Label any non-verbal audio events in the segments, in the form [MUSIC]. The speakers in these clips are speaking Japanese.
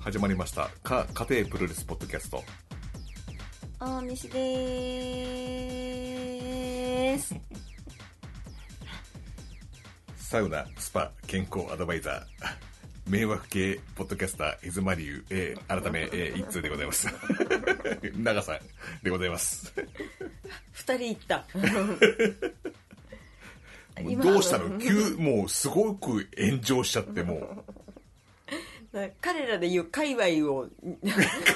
始まりましたか家庭プロレスポッドキャスト大西でーす。サウナスパ健康アドバイザー迷惑系ポッドキャスター伊豆マリュウ A 改め A 一通でございます [LAUGHS] 長さんでございます二人行 [LAUGHS] った。今どうしたの急もうすごく炎上しちゃってもう彼らで言う界隈を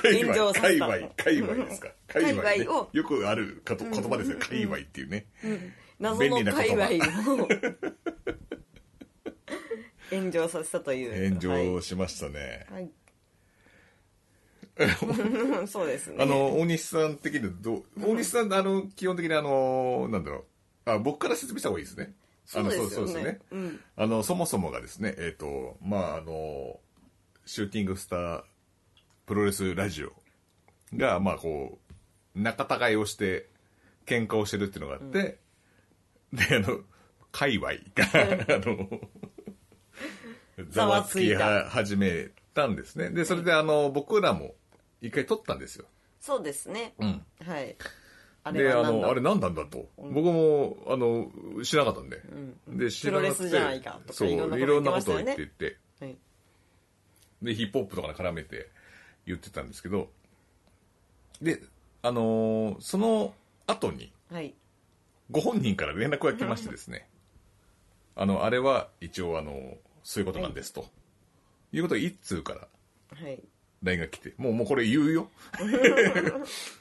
炎上させ [LAUGHS] 界た。隈界隈ですか界隈,、界隈をよくあるかと言葉ですよ界隈っていうね、謎の便利な界言葉隈を炎上させたという。炎上しましたね、はい。はい、そうですね。あの大西さん的にはどう大西さんあの基本的にあのなんだろうあ僕から説明した方がいいですねそうですよねあのそうそうですね、うんあのそもそもがですねえっ、とまああのシューティングスタープロレスラジオがまあこう仲違いをして喧嘩をしてるっていうのがあって、であの界隈が [LAUGHS] あのざざわわつつきいたは始めたんですねでそれであの僕らも一回撮ったんですよそうですね。んはい。あれで、あはなんの、だあれ何なんだと。僕も、あの、知らなかったんで。で、知らなくてプロレスじゃないかとかそう、いろんなこといろんなこ言ってましたとをよね言ってて。はいで、ヒップホップとかに絡めて言ってたんですけど。で、あのーその後に、はい。ご本人から連絡が来ましてですね。あの、あれは一応、あの、そういうことなんですと。いうことを一通からはい。 LINE が来て、もう、もうこれ言う [LAUGHS] よ。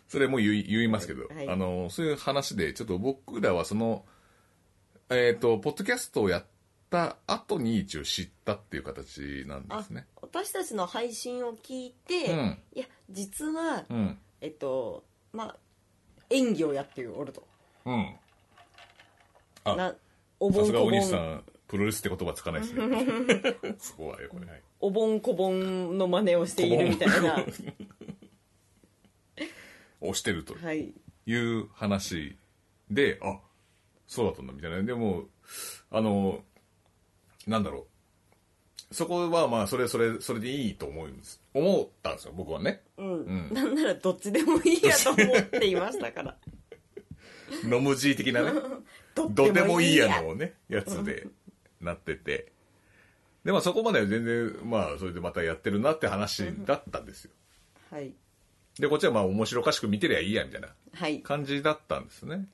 それもう言い言いますけど、はいあの、そういう話で、ちょっと僕らはその、えっ、と、ポッドキャストをやった後に一応知ったっていう形なんであすね。私たちの配信を聞いて、うんいや実は、うん。えっとまあ演技をやっておるとうん。あなおさ盆すがこおぼ兄さんん、プロレスって言葉つかないですね。 [LAUGHS] そこはよ、これ。はいお盆こぼんの真似をしているみ [LAUGHS] たいな押してるとはいいう話で、あ、そうだったんだみたいな。でも、あの、なんだろう。そこはまあ、それ、それ、それでいいと思うんです。思ったんですよ、僕はね。うん、んなんならどっちでもいいやと思っていましたからノムジー的 [LAUGHS] なね。ど [LAUGHS] どうでもいいやのね、やつで、なってて。で、まあそこまでは全然、まあ、それでまたやってるなって話だったんですよ。はいで、こっちはまあ面白おかしく見てりゃいいや、みたいな。はい感じだったんですね。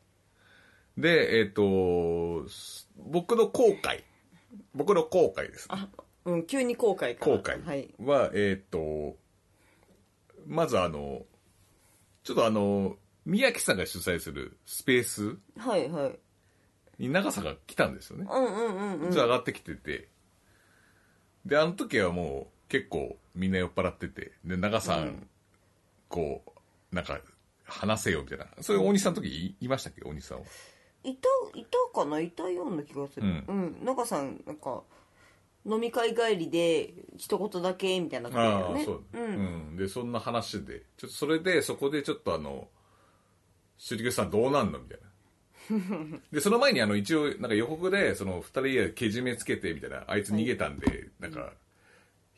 で、えっ、と、す僕の後悔、僕の後悔です、ね。あうん急に後悔から後悔は、はいえっ、と、まずあの、ちょっとあの、宮城さんが主催するスペースはいはいに長さが来たんですよね。うんうんうんうんちょっと上がってきてて。で、あの時はもう結構みんな酔っ払ってて、で、長さん、こう、なんか、話せよみたいな。それ大西さんの時いいましたっけ大西さんは。いたいたかないたような気がするううん、中さんなんか飲み会帰りで一言だけみたいな感じだそよう、ねうんでそんな話でちょっとそれでそこでちょっとあの「修理教さんどうなんの?」みたいなでその前にあの一応なんか予告でその2人でけじめつけてみたいなあいつ逃げたんで、なんか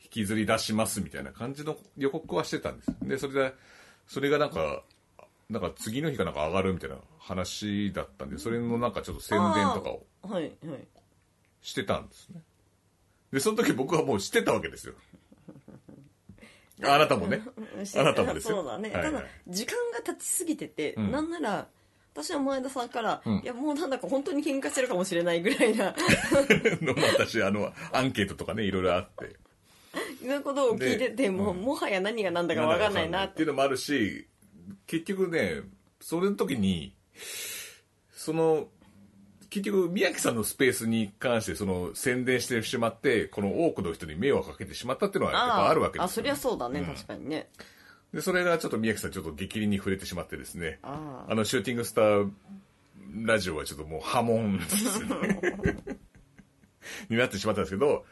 引きずり出しますみたいな感じの予告はしてたんですでそれでそれがなんかなんか次の日かなんか上がるみたいな話だったんでそれのなんかちょっと宣伝とかをうんはいはいしてたんですねでその時僕はもうしてたわけですよあなたもね [LAUGHS] あなたもですよそうだね、はいはいただ時間が経ちすぎてて、んなんなら私は前田さんから、んいやもうなんだか本当に喧嘩してるかもしれないぐらい [LAUGHS] なのも私あのアンケートとかねいろいろあっていうことを聞いてて、でもうもはや何が何だか分かんないなっっていてうのもあるし結局ねそれの時にその結局宮城さんのスペースに関してその宣伝してしまってこの多くの人に迷惑かけてしまったっていうのはやっぱあるわけであすそよ、りねゃ、そうだね、うん確かにねでそれがちょっと宮城さんちょっと激励に触れてしまってですねああのシューティングスターラジオはちょっともう波紋ですね [LAUGHS] になってしまったんですけど、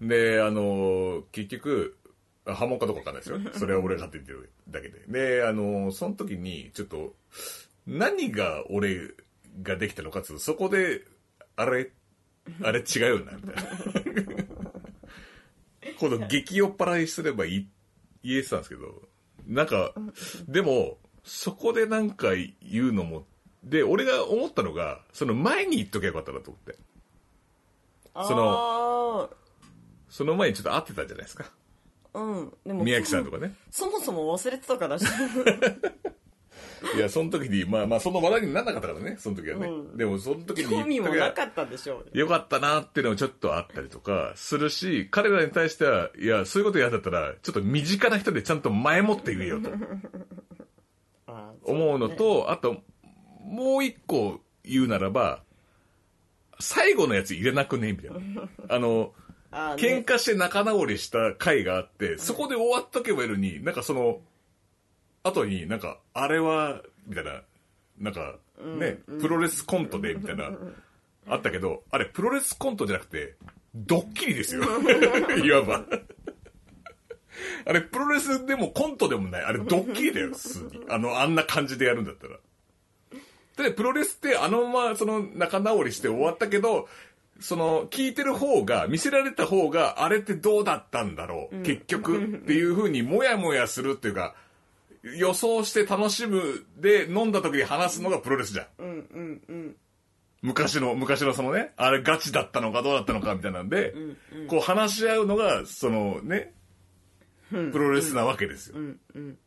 で、あの、結局、あ波紋かどうかわかんないですよ。それは俺が勝手に言ってるだけで。で、あの、その時に、ちょっと、何が俺ができたのかっつうとそこで、あれ、あれ違う [LAUGHS] よな、みたいな。この激酔っ払いすればいい言えてたんですけど、なんか、でも、そこでなんか言うのも、で、俺が思ったのが、その前に言っとけばよかったなと思って。そのその前にちょっと会ってたじゃないですか。うんでも宮城さんとかね。そもそも忘れてた [LAUGHS] からしいや、その時に、まあまあ、その話題にならなかったからね、その時はね。うんでも、その時に興味言もっとけばなかったでしょうよかったなっていうのもちょっとあったりとかするし、彼らに対しては、いや、そういうこと嫌だったら、ちょっと身近な人でちゃんと前もって言えよとあー思うのそと、あと、もう一個言うならば、最後のやつ入れなくねみたいな。あの、あーね喧嘩して仲直りした回があって、そこで終わっとけばいいのに、なんかその、後になんか、あれは、みたいな、なんか、ね、プロレスコントで、みたいな、あったけど、あれ、プロレスコントじゃなくて、ドッキリですよ。 [LAUGHS] いわば。あれ、プロレスでもコントでもない。あれ、ドッキリだよ、普通に。あの、あんな感じでやるんだったら。で、プロレスってあのまま、その、仲直りして終わったけど、その、聞いてる方が、見せられた方が、あれってどうだったんだろう、結局 [LAUGHS] っていう風に、もやもやするっていうか、予想して楽しむで、飲んだ時に話すのがプロレスじゃん。うんうんうん昔の、昔のそのね、あれガチだったのかどうだったのかみたいなんで、こう話し合うのが、そのね、プロレスなわけですよ。うんうん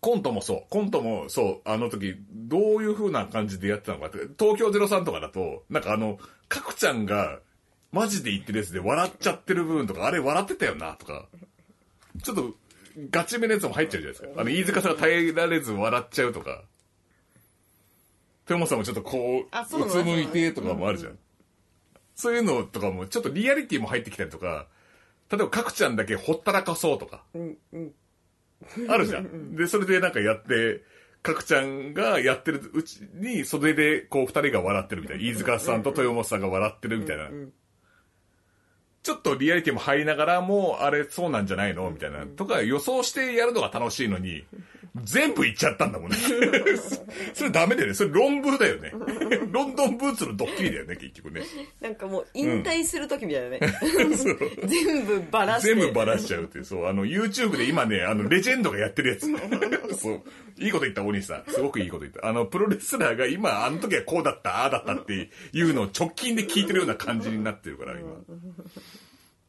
コントもそう。コントもそう。あの時、どういう風な感じでやってたのかって。東京03とかだと、なんかあの、かくちゃんが、マジで言ってるやつで笑っちゃってる部分とか、あれ笑ってたよな、とか。ちょっと、ガチめのやつも入っちゃうじゃないですか。あの、飯塚さんが耐えられず笑っちゃうとか。トヨモさんもちょっとこ、あそううなうんつむいてとかもあるじゃん。そういうのとかも、ちょっとリアリティも入ってきたりとか、例えば、かくちゃんだけほったらかそうとか。うんうんあるじゃん。で、それでなんかやって、かくちゃんがやってるうちに、袖でこう二人が笑ってるみたいな。飯塚さんと豊本さんが笑ってるみたいな。ちょっとリアリティも入りながらも、あれそうなんじゃないのみたいな。とか予想してやるのが楽しいのに、全部言っちゃったんだもんね。 [LAUGHS] それダメだよね。それ論文だよね。ロンドンブーツのドッキリだよね、結局ね。なんかもう引退する時みたいなね、 [LAUGHS] [LAUGHS] 全部バラして全部バラしちゃうっていう、そう、あの、YouTube で今ね、[LAUGHS] あの、レジェンドがやってるやつ。そう。いいこと言った、大西さん。すごくいいこと言った。あの、プロレスラーが今、あの時はこうだった、ああだったっていうのを直近で聞いてるような感じになってるから、今。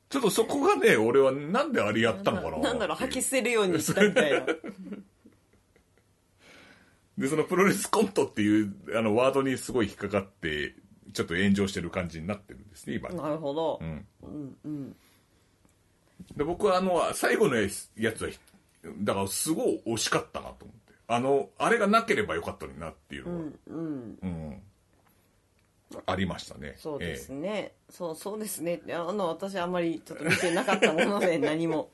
ちょっとそこがね、俺はなんであれやったのかななんだろう吐き捨てるようにしたみたいなで、そのプロレスコントっていう、あの、ワードにすごい引っかかって、ちょっと炎上してる感じになってるんですね、今。 [LAUGHS] なるほど、で僕はあの最後のやつやつはだからすごい惜しかったなと思ってあのあれがなければよかったのになっていうのは、うんありましたねそうですえね、そうそうですねってあの私あんまりちょっと見てなかったもの [LAUGHS] で何も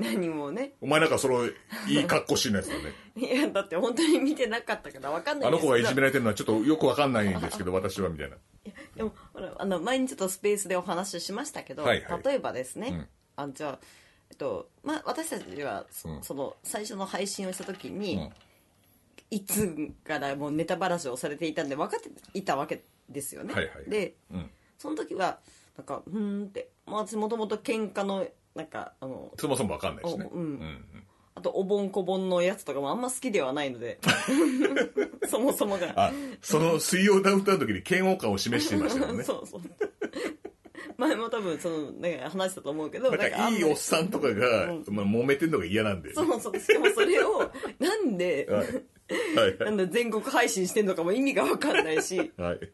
何もねえお前なんかそのいい格好しないやつだ [LAUGHS] ねいやだって本当に見てなかったから分かんなあいでのすけ子どがいじめられてるのはちょっとよくわかんないんですけど私はみたいなでもほらあの前にちょっとスペースでお話ししましたけど、はいはい例えばですね、んあじゃあ、えっとまあ、私たちはそ,、うんの最初の配信をした時に、うんいつからもうネタばらしをされていたんで分かっていたわけですよね、はいはいでうんその時はなんかうーんって、まあ、私もともと喧嘩のなんかあのそもそもわかんないしね、おうんんあとおぼんこぼんのやつとかもあんま好きではないの [LAUGHS] でそもそもがあその水曜ダウンタウンの時に嫌悪感を示していましたよ [LAUGHS] ねそうそう前も多分そのなんか話したと思うけどなんなんかあんかいまいりおっさんとかが、まあ、揉めてんのが嫌なんでそうそうしかもそれをなんで、はいはいなんだ全国配信してんのかも意味が分かんないしはい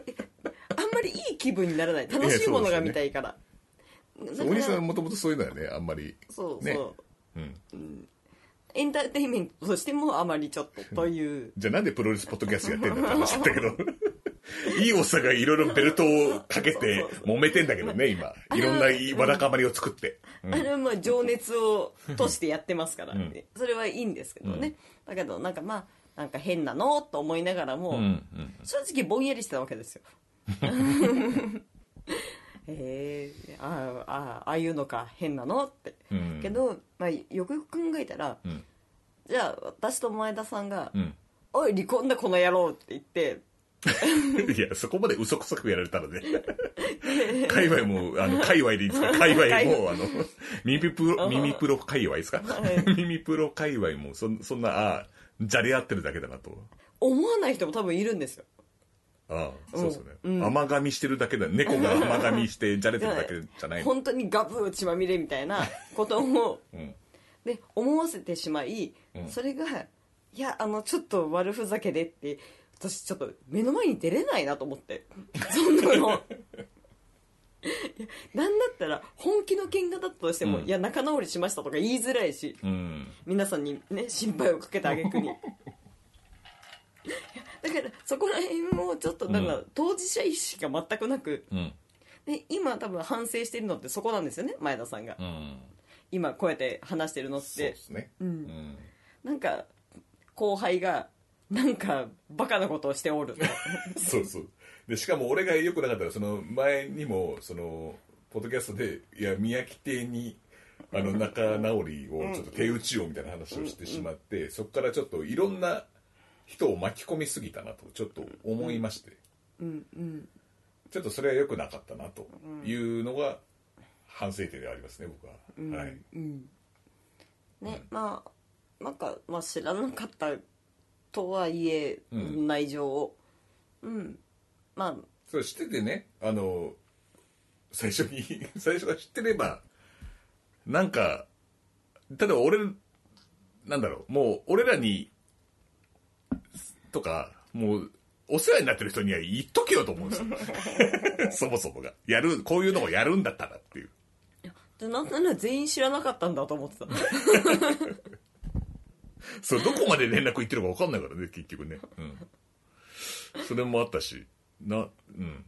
[LAUGHS] あんまりいい気分にならない楽しいものが見たいからだおか兄さらんもともとそういうのはねあんまりそうそう、ねうんエンターテインメントとしてもあまりちょっとというじゃあなんでプロレスポッドキャストやっ [LAUGHS] てんだって話だったけど。 [LAUGHS] いいおっさんがいろいろベルトをかけて揉めてんだけどね、今。いろんなわだかまりを作って。あれはまあ情熱をとしてやってますから、それはいいんですけどね、だけどなんかまあなんか変なのと思いながらも、正直ぼんやりしてたわけ [LAUGHS] ですよへえああああああいうのか変なのって、んけど、まあ、よくよく考えたら、んじゃあ私と前田さんが「んおい離婚だこの野郎」って言って [LAUGHS] いや、そこまで嘘くさくやられ [LAUGHS] たらね。界隈も、あの、界隈でいいですか界隈も、あの、耳プロ、耳プロ界隈ですか [LAUGHS] はい耳プロ界隈も、そんそんな、ああ、じゃれ合ってるだけだなと。思わない人も多分いるんですよああ、そうですよね。うん甘噛みしてるだけだ。猫が甘噛みして、じゃれてるだけじゃない。本当にガブー血まみれみた [LAUGHS] いなことをうんで思わせてしまい、うんそれがいやあのちょっと悪ふざけでって私ちょっと目の前に出れないなと思って [LAUGHS] そん [LAUGHS] なのいやなんだったら本気の喧嘩だったとしても、うんいや仲直りしましたとか言いづらいしうん。皆さんにね心配をかけた挙句 [LAUGHS] にいやだからそこら辺もちょっとなんか、うん当事者意識が全くなくうん。で今多分反省してるのってそこなんですよね前田さんが、うん。今こうやって話してるのっそうでてすね。ううんん。なんか後輩がなんかバカなことをしておる [LAUGHS] そうそう。で、しかも俺が良くなかったら、その前にも、その、ポッドキャストで、いや、宮城亭に、あの、仲直りをちょっと手打ちようみたいな話をしてしまって、そこからちょっといろんな人を巻き込みすぎたなと、ちょっと思いまして、うんうんちょっとそれは良くなかったなというのが、反省点ではありますね、僕は。はい。うんね、まあなんか、まあ、知らなかったとはいえ、うん内情をうんまあそれ知っててね、あの、最初に、 [LAUGHS] 最初が知ってれば、なんか、例えば俺、なんだろう、もう俺らに、とか、もう、お世話になってる人には言っとけよと思うんですよ。そもそもが。やる、こういうのをやるんだったらっていう。でなんなら全員知らなかったんだと思 [LAUGHS] ってたそれどこまで連絡行ってるか分かんないからね、結局ね。うん。それもあったし、な、うん。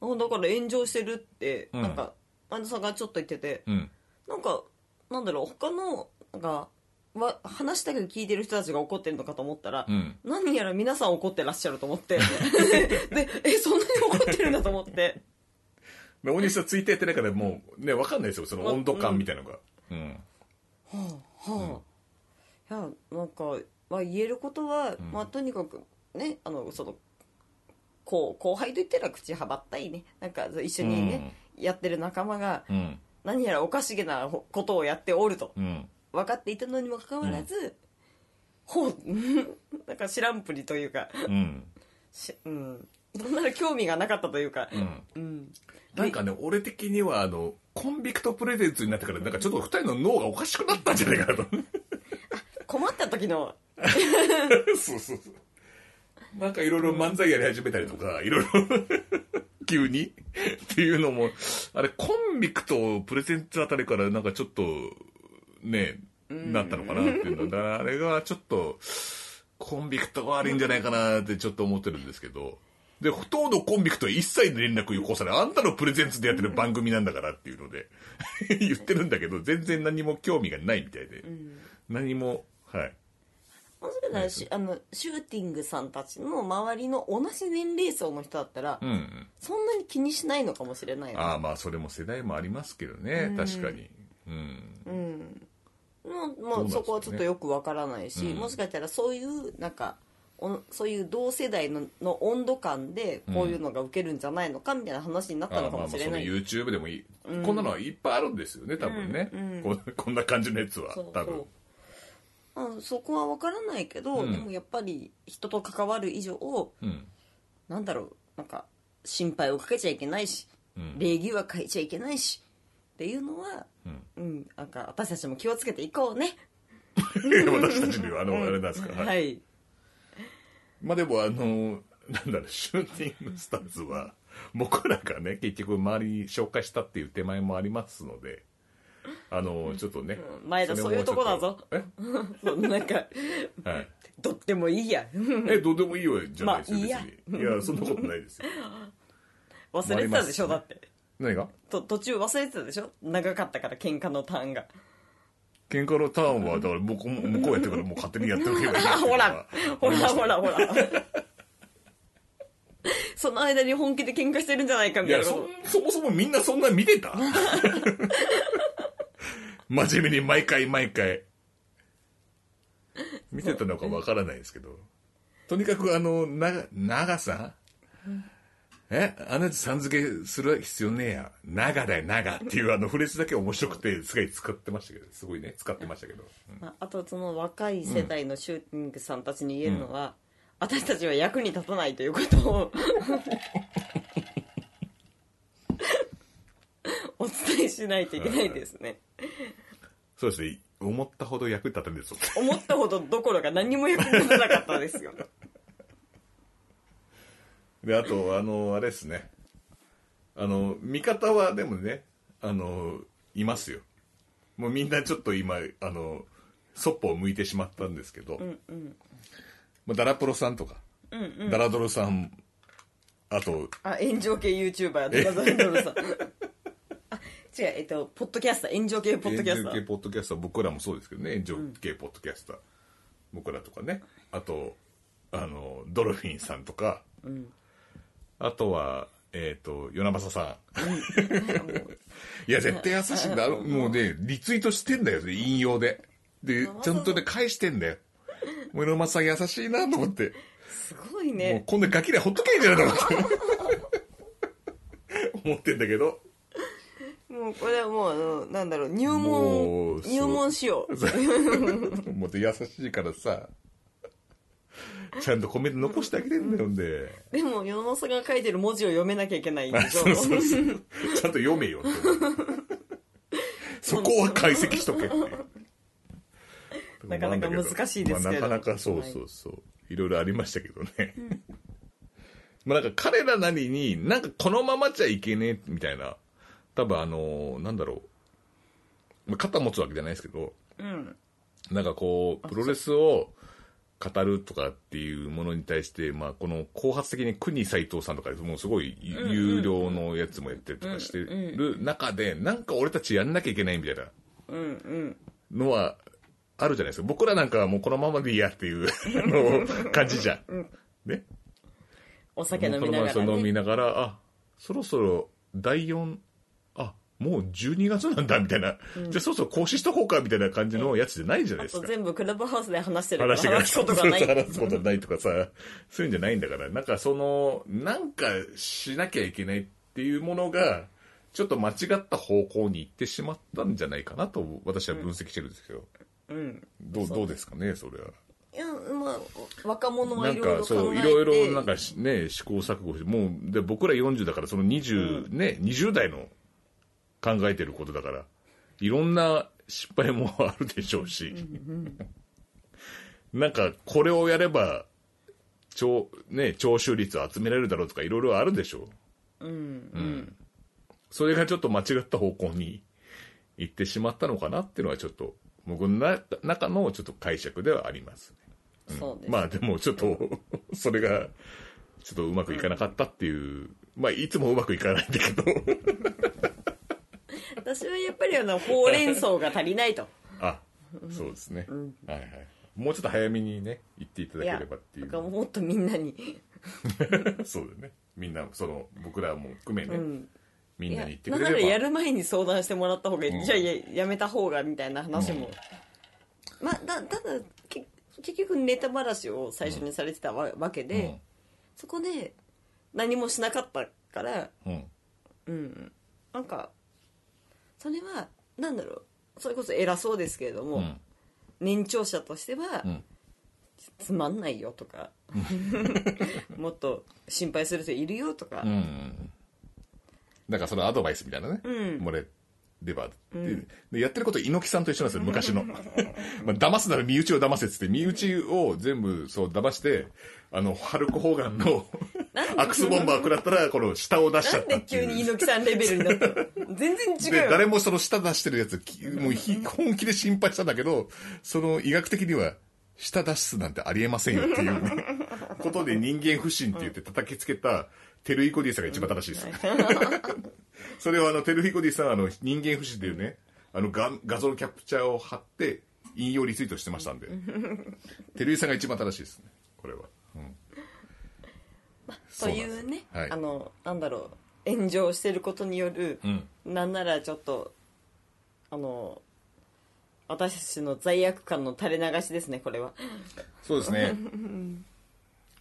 あだから炎上してるって、うんなんか前田さんがちょっと言ってて、うん。なんかなんだろう他のなんかわ話したけど聞いてる人たちが怒ってるのかと思ったら、うん。何やら皆さん怒ってらっしゃると思って [LAUGHS] でえそんなに怒ってるんだと思ってで大西さんツイッターやってないからもうね分かんないですよその温度感みたいなのが、うんはあはあ、いやなんか、まあ、言えることは、んまあ、とにかくねあのそのこう後輩と言ったら口はばったいねなんか一緒にね、やってる仲間がうん何やらおかしげなほことをやっておるとうん分かっていたのにもかかわらず、ほう [LAUGHS] なんか知らんぷりというかうんし、うん、どんなら興味がなかったというか、うんうん、なんかね俺的にはあのコンビクトプレゼンツになってからなんかちょっと二人の脳がおかしくなったんじゃないかなと困った時のそうそうそうなんかいろいろ漫才やり始めたりとかいろい [LAUGHS] ろ急にっていうのもあれコンビクトプレゼンツあたりからなんかちょっとねなったのかなっていうのだからあれがちょっとコンビクトが悪いんじゃないかなってちょっと思ってるんですけど。で、ほとんどコンビクトは一切連絡よこさない。あんたのプレゼンツでやってる番組なんだからっていうので、 [LAUGHS] 言ってるんだけど、全然何も興味がないみたいで。何も、はい。まあそれならしあのシューティングさんたちの周りの同じ年齢層の人だったら、うんうん。そんなに気にしないのかもしれないよねああ、まあ、それも世代もありますけどね。確かに。うん。うんまあどまあ、うなんですかねそこはちょっとよくわからないし、うんもしかしたらそういうなんかおそういう同世代のの温度感でこういうのが受けるんじゃないのかみたいな話になっあたあのかまあまもしあ、それのない、 YouTube でもいい。こんなのはいっぱいあるんですよね、多分ね。うんうんこんこんな感じのやつはそう、多分。そうまあそこはわからないけど、うんでもやっぱり人と関わる以上うん。なんだろうなんか心配をかけちゃいけないしうん。礼儀は変えちゃいけないしっていうのは、うんうん、なんか私たちも気をつけていこうね。 [LAUGHS] 私たちには、あの、あれなんですか。はいはい。まあでもあのなんだろうシューティングスターズは僕らがね結局周りに紹介したっていう手前もありますのであのちょっとね、うん前田れもそういうとこだぞちょっそうなんか、とえ、 [LAUGHS] はい、とってもいいや。 [LAUGHS] えどうでもいいよじゃないですよ、まあいいや別にいやそんなことない [LAUGHS] ですよ忘れてたでしょ、まだあありって。何がと途中忘れてたでしょ長かったから喧嘩のターン [LAUGHS] が。喧嘩のターンはだから僕も向こうやってるからもう勝手にやっておけばいいなっていうあ、の [LAUGHS] ほはらほらほらほら。 [LAUGHS] その間に本気で喧嘩してるんじゃないかみいたいやなこそと。そもそもみんなそんな見 [LAUGHS] てた真面目に毎回毎回見てたのかわからないですけどとにかくあの、な、長さえあなたさん付けする必要ねえや。長だよ、長っていうあのフレーズだけ面白くて、すごい使ってましたけど、すごいね、使ってましたけど。まあ、あとその若い世代のシューティングさんたちに言えるのは、私たちは役に立たないということをお伝えしないといけないですね、そうですね、思ったほど役立たんですよ。思ったほどどころか何にも役に立たなかったですよで、あと、あの、あれですね。あの、味方はでもね、あの、いますよ。もうみんなちょっと今、あの、そっぽを向いてしまったんですけど、うんうんまあ、ダラプロさんとか、うんうんダラドロさん、あと、あ炎上系 YouTuber とかザンドルさんあ違うえっとポッドキャスター炎上系ポッドキャスタ炎上系ーポッドキャスター僕らもそうですけどね炎上系ポッドキャスター、僕らとかねあとあのドルフィンさんとか、あとはえっ、と与那正さん [LAUGHS] いや絶対優しいんだもうねリツイートしてんだよね引用ででちゃんとね返してんだよもう与那正さん優しいなと思ってすごいもうねこんなガキでほっとけんじゃないと思って [LAUGHS] 思ってんだけど [LAUGHS] もうこれはもうあのなんだろう入門もうそう入門しようもっと優しいからさ、ちゃんとコメント残してあげてんだよ、ほんで。でも世の中が書いてる文字を読めなきゃいけないんでしょそうそうそう。ちゃんと読めよって。そこは解析しとけっていうなかなか難しいですけれどまあなかなかそうそうそう。い、ろいろありましたけどね。まあなんか彼らなりに、なんかこのままじゃいけねえみたいな、多分あのなんだろう。まあ肩持つわけじゃないですけど、うんなんかこう、プロレスを語るとかっていうものに対して、まあ、この後発的に国斎藤さんとか、もうすごい有料のやつもやってるとかしてる中で、なんか俺たちやんなきゃいけないみたいなうんうんのはあるじゃないですか。僕らなんかはもうこのままでいいやっていう [LAUGHS] あの感じじゃん。ね。お酒飲もうみこなのがままら、そう飲ね、みながら、あ、そろそろ第4、あ、もう12月なんだみたいな。じゃあそろそろ更新しとこうかみたいな感じのやつじゃないじゃなあいですとか。全部クラブハウスで話してるから話が話すことがない話すことないとかさ、そういうんじゃないんだから、なんかその、なんかしなきゃいけないっていうものが、ちょっと間違った方向に行ってしまったんじゃないかなと、私は分析してるんですけど、うんどうどうですかね、それは。いやまあ若者はないんろいろ考えかてそう、いろいろなんかしね、試行錯誤して、もう、で僕ら40だから、その20、ね、20代の考えてることだから、いろんな失敗もあるでしょうし、なんか、これをやれば、聴、ね、聴取率を集められるだろうとか、いろいろあるでしょう。うんそれがちょっと間違った方向に行ってしまったのかなっていうのは、ちょっと、僕のな中のちょっと解釈ではあります。そうです、まあでもちょっと、 [LAUGHS] それが、ちょっとうまくいかなかったっていう、まあいつもうまくいかないんだけど、 [LAUGHS] 私はやっぱりあのほうれん草が足りないとあ、そうですね。はいはい。もうちょっと早めにね、言っていただいけやればっていなう。んかもっとみんなに [LAUGHS] そうだよね。みんな、その、僕らも含めね、んみいんなやに言ってなくんなられやれば。る前に相談してもらった方がいい、んじゃあややめた方がみたいな話も、まあだただけ結局ネタ話を最初にされてたわ,、わけで、そこで何もしなかったからうん。うん。うんなんかそれはなんだろうそれこそ偉そうですけれども、うん。年長者としては、んつまんないよとか [LAUGHS] [LAUGHS] もっと心配する人いるよとか、うん。なんかそのアドバイスみたいなね、うんもらえれば、ででやってること猪木さんと一緒なんですよ昔のまあ騙すなら身内を騙せっつって身内を全部そう騙してあのハルク・ホーガンのアクスボンバー食らったらこの舌を出しちなゃっんたっでてい急うに猪木さんレベルになったの全然違うでよ誰もその舌出してるやつきもうひ本気で心配したんだけどその医学的には舌出すなんてありえませんよっ [LAUGHS] ていうことで人間不信って言って叩きつけたテルイコディさんが一番正し [LAUGHS] いです、それをあのテルイコディさんはあの人間不信っていうねあの画画像のキャプチャーを貼って引用リツイートしてまし [LAUGHS] たんでテルイさんが一番正しいですねこれは、うんというね、そうなんですはいあのなんだろう炎上してることによる、んなんならちょっとあの私たちの罪悪感の垂れ流しですねこれはそうですね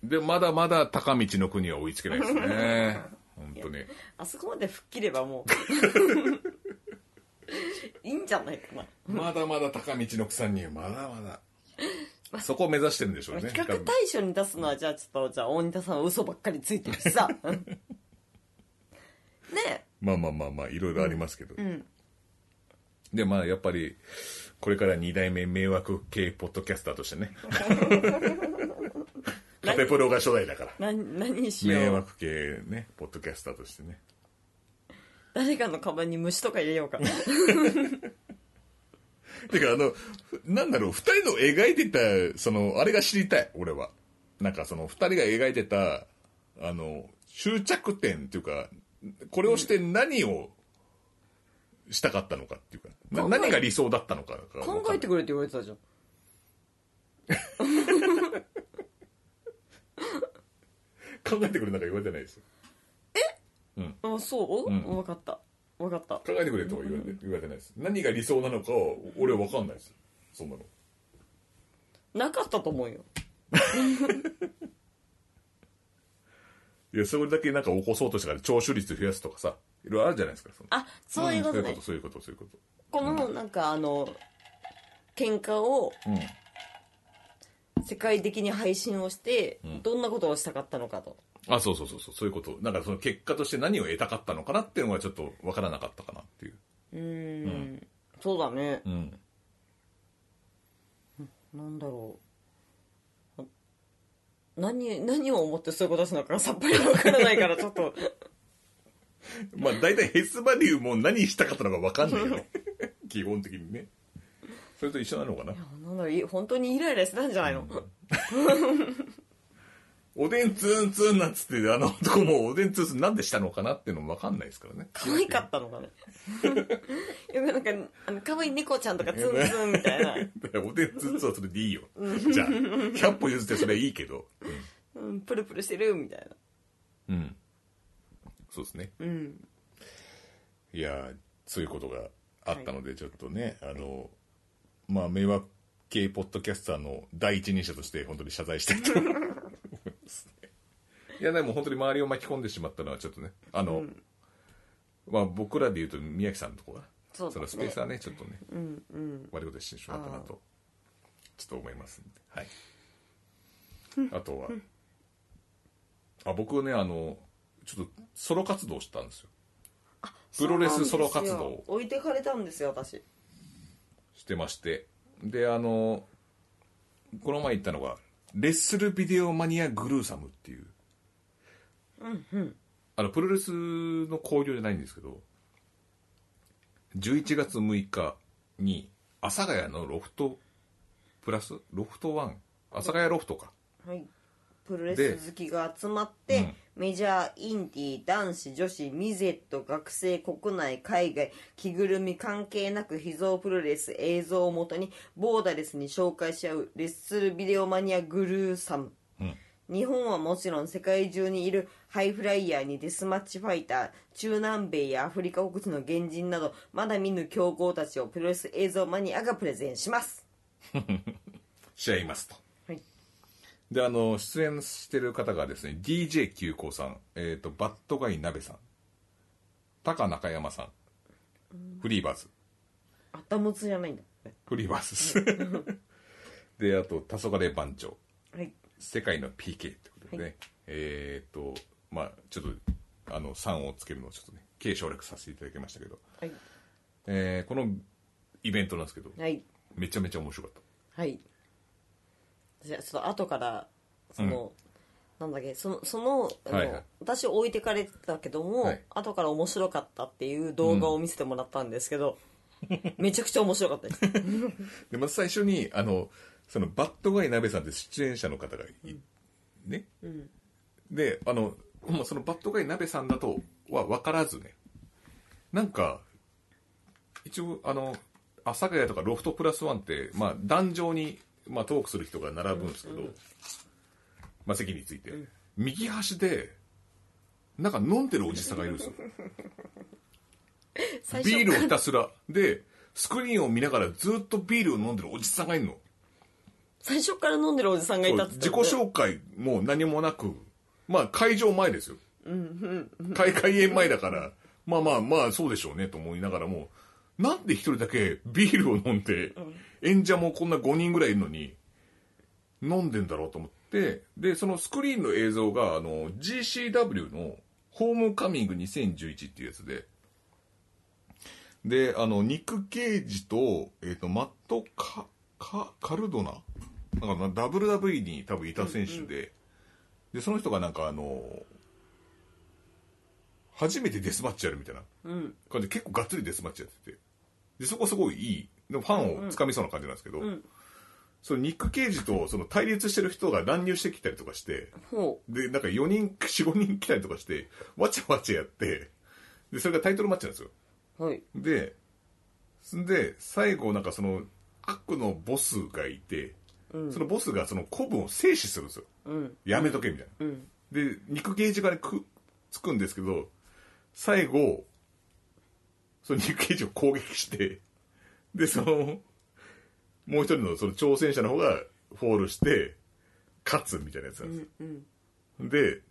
で、まだまだ高道の国は追いつけないですね。本当に。あそこまで吹っ切れば [LAUGHS] もういいんじゃないかな、まだまだ高道の草に、まだまだ。そこを目指してるんでしょうね。比多較分対象に出すのはじゃあちょっとじゃあ大仁田さんは嘘ばっかりついてるし [LAUGHS] さねえまあまあまあまあ、いろいろありますけど。んで、まあやっぱり、これから二代目迷惑系ポッドキャスターとしてね。カテプロが初代だから。何何し迷よう惑系ね、ポッドキャスターとしてね。誰かのカバンに虫とか入れ [LAUGHS] ようかなてかあの、ふなんだろう、二人の描いてた、その、あれが知りたい、俺は。なんかその、二人が描いてた、あの、終着点っていうか、これをして何をしたかったのかっていうか、な考え何が理想だったのかが分かんない考えてくれって言われてたじゃん考えてくれなんか言われてないですよ。あそう、ん分かった分かった考えてくれとは言われて言われてないです。何が理想なのかは、俺は分かんないですよ。そんなの。なかったと思うよいや、それだけなんか起こそうとしたから、聴取率増やすとかさ、いろいろあるじゃないですか。そのあそういうことね、んそういうこと、そういうこと、このなんかあの喧嘩をそういうこと。うん。世界的に配信をして、んどんなことをしたかったのかとあ、そうそうそうそう、そういうこと。なんかその結果として何を得たかったのかなっていうのがちょっとわからなかったかなっていう。うーんそうだねうん。なんだろう何何を思ってそういうことしたのかがさっぱりわからないからちょっと [LAUGHS] まあ大体ヘスバリューも何したかったのかわかんないよね。 [LAUGHS] 基本的にね。それと一緒なのかな。 [LAUGHS] なんだろうい本当にイライラしてたんじゃないの、おでんツンツンなんつって、あの男もおでんツンツンなんでしたのかなっていうのもわかんないですからね。 [LAUGHS] 可愛かったのかね [LAUGHS] よくなんかあの可愛い猫ちゃんとかツンツンみたいな、だからおでんツンツンはそれでいいよ。じゃあ、100歩譲ってそれはいいけど。うん、プルプルしてるみたいなうん。そうですね。うんいやーそういうことがあったので、ちょっとねあのまあ迷惑系ポッドキャスターの第一人者として本当に謝罪したい [LAUGHS] と思いますねいやでも本当に周りを巻き込んでしまったのはちょっとねあの、まあ僕らで言うと宮城さんのとこがそうだねのスペースはねちょっとね、うんうん悪いことしてしまったなとちょっと思いますんではいあとはあ僕ねあのちょっとソロ活動したんですよプロレスソロ活動を置いてかれたんですよ私してましてであのこの前行ったのがレッスルビデオマニアグルーサムっていう、あのプロレスの興行じゃないんですけど11月6日に阿佐ヶ谷のロフトプラスロフトワン阿佐ヶ谷ロフトかはいプロレでス好きが集まって、うんメジャーインディー男子女子ミゼット学生国内海外着ぐるみ関係なく秘蔵プロレス映像をもとにボーダレスに紹介し合うレッスルビデオマニアグルーサム、うん日本はもちろん世界中にいるハイフライヤーにデスマッチファイター中南米やアフリカ各地の原人などまだ見ぬ強豪たちをプロレス映像マニアがプレゼンしますし合いますとはいであの出演してる方がですね DJ 急行さん、えー、とバッドガイ鍋さん高中山さんフリーバーズあたもつじゃないんだフリーバースです。で、あと、黄昏番長、はい世界の PK ってことでね、えーっと、まあちょっと、あの、3をつけるのをちょっとね、軽省略させていただきましたけど、はいえーこのイベントなんですけど、はいめちゃめちゃ面白かった。はいじゃあちょっと後からその、なんだっけそのそのあの、はいはい私置いてかれてたけども、はい後から面白かったっていう動画を見せてもらったんですけど、めちゃくちゃ面白かったですで、まず最初に、あの、その、バッドガイ鍋さんって出演者の方がい、ね、で、あの、もうそのバッドガイ鍋さんだとは分からずね、なんか、一応、あの、阿佐ヶ谷とかロフトプラスワンって、まあ、壇上に、まあ、トークする人が並ぶんですけど、まあ、席について、右端で、なんか飲んでるおじさんがいるんですよ。最初ビールをひたすら。で、スクリーンを見ながらずっとビールを飲んでるおじさんがいるの。最初から飲んでるおじさんがいたって自己言って紹介も何もなく、まあ会場前ですよ。開会宴前だから、まあまあまあそうでしょうねと思いながらも、なんで一人だけビールを飲んで、演者もこんな5人ぐらいいるのに、飲んでんだろうと思って、で、そのスクリーンの映像が、あの、GCW のホームカミング2011っていうやつで、で、あの、ニック・ケイジと、えっ、と、マット・カ、カ、カルドナなんかな WWE に多分いた選手で、で、その人がなんかあの、初めてデスマッチやるみたいなうん感じで結構がっつりデスマッチやってて、で、そこすごいいい、でもファンをつかみそうな感じなんですけど、うんそのニック・ケイジとその対立してる人が乱入してきたりとかして、ほで、なんか4人、4、5人来たりとかして、わちゃわちゃやって、で、それがタイトルマッチなんですよ。うはいで、すんで、最後なんかその、各のボスがいて、そのボスがその古文を制止するんですよ。うんやめとけみたいな。うんで、肉ゲージがね、く、つくんですけど、最後、その肉ゲージを攻撃して、で、その、もう一人のその挑戦者の方がフォールして、勝つみたいなやつなんですよ。で、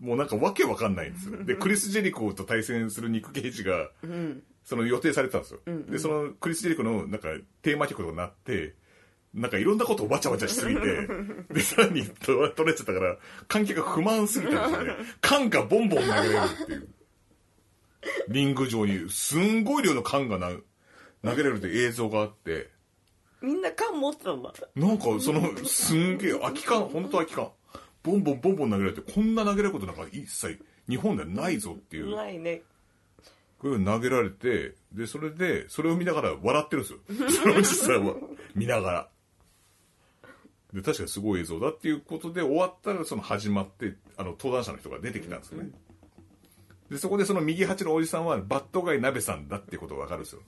もうなんかわけわかんないんですよ。で、クリス・ジェリコと対戦する肉ゲージが、その予定されてたんですよ。で、そのクリス・ジェリコのなんかテーマ曲となって、なんかいろんなことをわちゃわちゃしすぎ [LAUGHS] て、で、さらにと取れちゃったから、観客が不満すぎたんですよね。缶がボンボン投げられるっていう。リング上に、すんごい量の缶がな投げられるって映像があって、みんな缶持ってたんだなんかその、すんげえ、空き缶、本当空き缶。ボンボンボンボン投げられて、こんな投げられることなんか一切、日本ではないぞっていう。ないねこういうの投げられて、で、それで、それを見ながら笑ってるんですよ。 [LAUGHS] そのおじさんは。見ながら。で、確かにすごい映像だっていうことで、終わったらその始まって、あの、登壇者の人が出てきたんですよね。で、そこでその右端のおじさんは、バットガイ鍋さんだっていうことがわかるんですよ。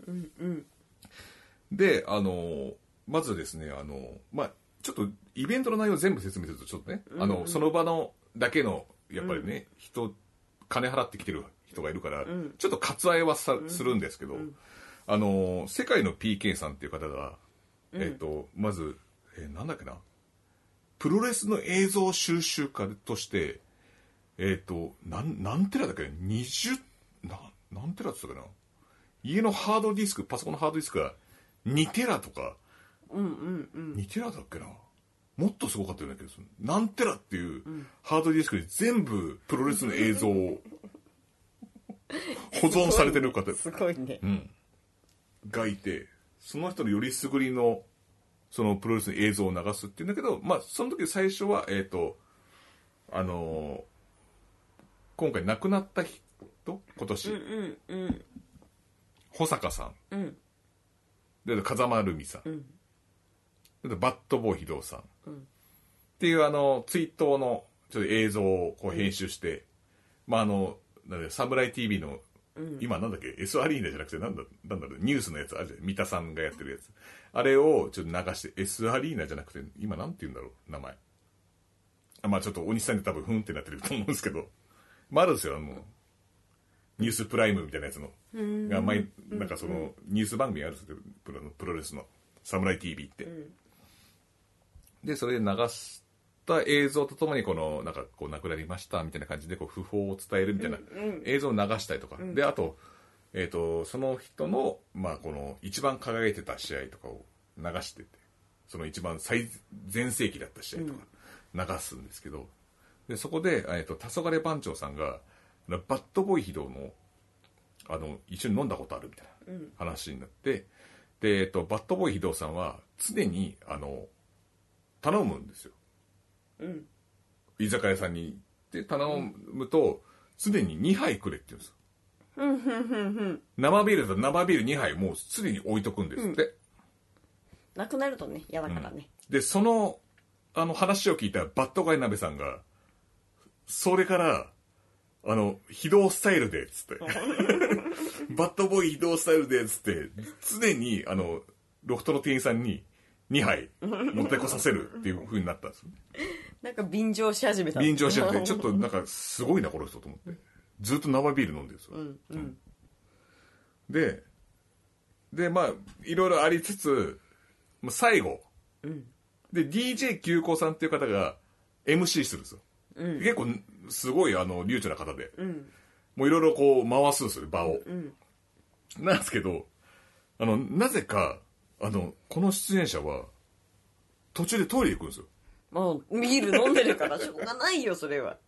で、あの、まずですね、あの、まあ、ちょっとイベントの内容全部説明するとちょっとね、あの、その場のだけの、やっぱりね、人、金払ってきてる人がいるから、ちょっと割愛はさ、するんですけど、あの、世界の PK さんっていう方が、えっ、と、まず、えーなんだっけな、プロレスの映像収集家として、えっ、と、なん、なんテラだっけ ?20、な、なんテラって言ったかな家のハードディスク、パソコンのハードディスクが2テラとか、うん2テラだっけなもっとすごかったような気がする。何テラっていうハードディスクに全部プロレスの映像 [LAUGHS] を保存されてる方すごいねがいて、その人のよりすぐりの、そのプロレスの映像を流すっていうんだけど、まあ、その時最初は、えっ、と、あのー今回亡くなった人、今年、うんうん保坂さん。うんで、風間るみさん。んで、バットボーイヒドウさん。っていう、あの、追悼の、ちょっと映像をこう編集して、まあ、あの、なんだよサムライ TV の、今なんだっけ、S アリーナじゃなくて、なんだ、なんだろう、ニュースのやつあるじゃん。三田さんがやってるやつ。あれをちょっと流して、S アリーナじゃなくて、今なんて言うんだろう、名前。あまあ、ちょっと大西さんで多分、ふんってなってると思うんですけど。まあ、あるんですよ、あの、ニュースプライムみたいなやつの。が毎、なんかその、ニュース番組あるんですけど、プロのプロレスの、サムライ TV って。で、それで流した映像とともに、この、なんかこう、亡くなりましたみたいな感じで、こう、訃報を伝えるみたいな映像を流したりとか。で、あと、えっ、と、その人の、まあ、この、一番輝いてた試合とかを流してて、その一番最前世紀だった試合とか流すんですけど、で、そこで、えっ、と、黄昏番長さんが、バッドボーイヒドの、あの、一緒に飲んだことあるみたいな話になって、で、えっと、バッドボーイ秀夫さんは常に、あの、頼むんですよ。うん居酒屋さんに行って頼むと、常に2杯くれって言うんですよ。生ビールだと生ビール2杯もう常に置いとくんですって。なくなるとね嫌だからねで、その、あの話を聞いたバッドガイ鍋さんが、それから、あの、非道スタイルで、つって。バッドボーイ非道スタイルで、つって、常に、あの、ロフトの店員さんに2杯持ってこさせるっていう風になったんですよね。なんか便乗し始めた臨場しちゃって、ちょっとなんかすごいな、この人と思って。ずっと生ビール飲んでるんですよ。うんうんで、で、まあ、いろいろありつつ、まあ最後、で、DJ 急行さんっていう方が MC するんですよ。結構、すごい、あの、流暢な方で。もういろいろこう、回すんですよね、場を。なんですけど、あの、なぜか、あの、この出演者は、途中でトイレ行くんですよ。まあ、ビール飲んでるからしょうがないよ、それは。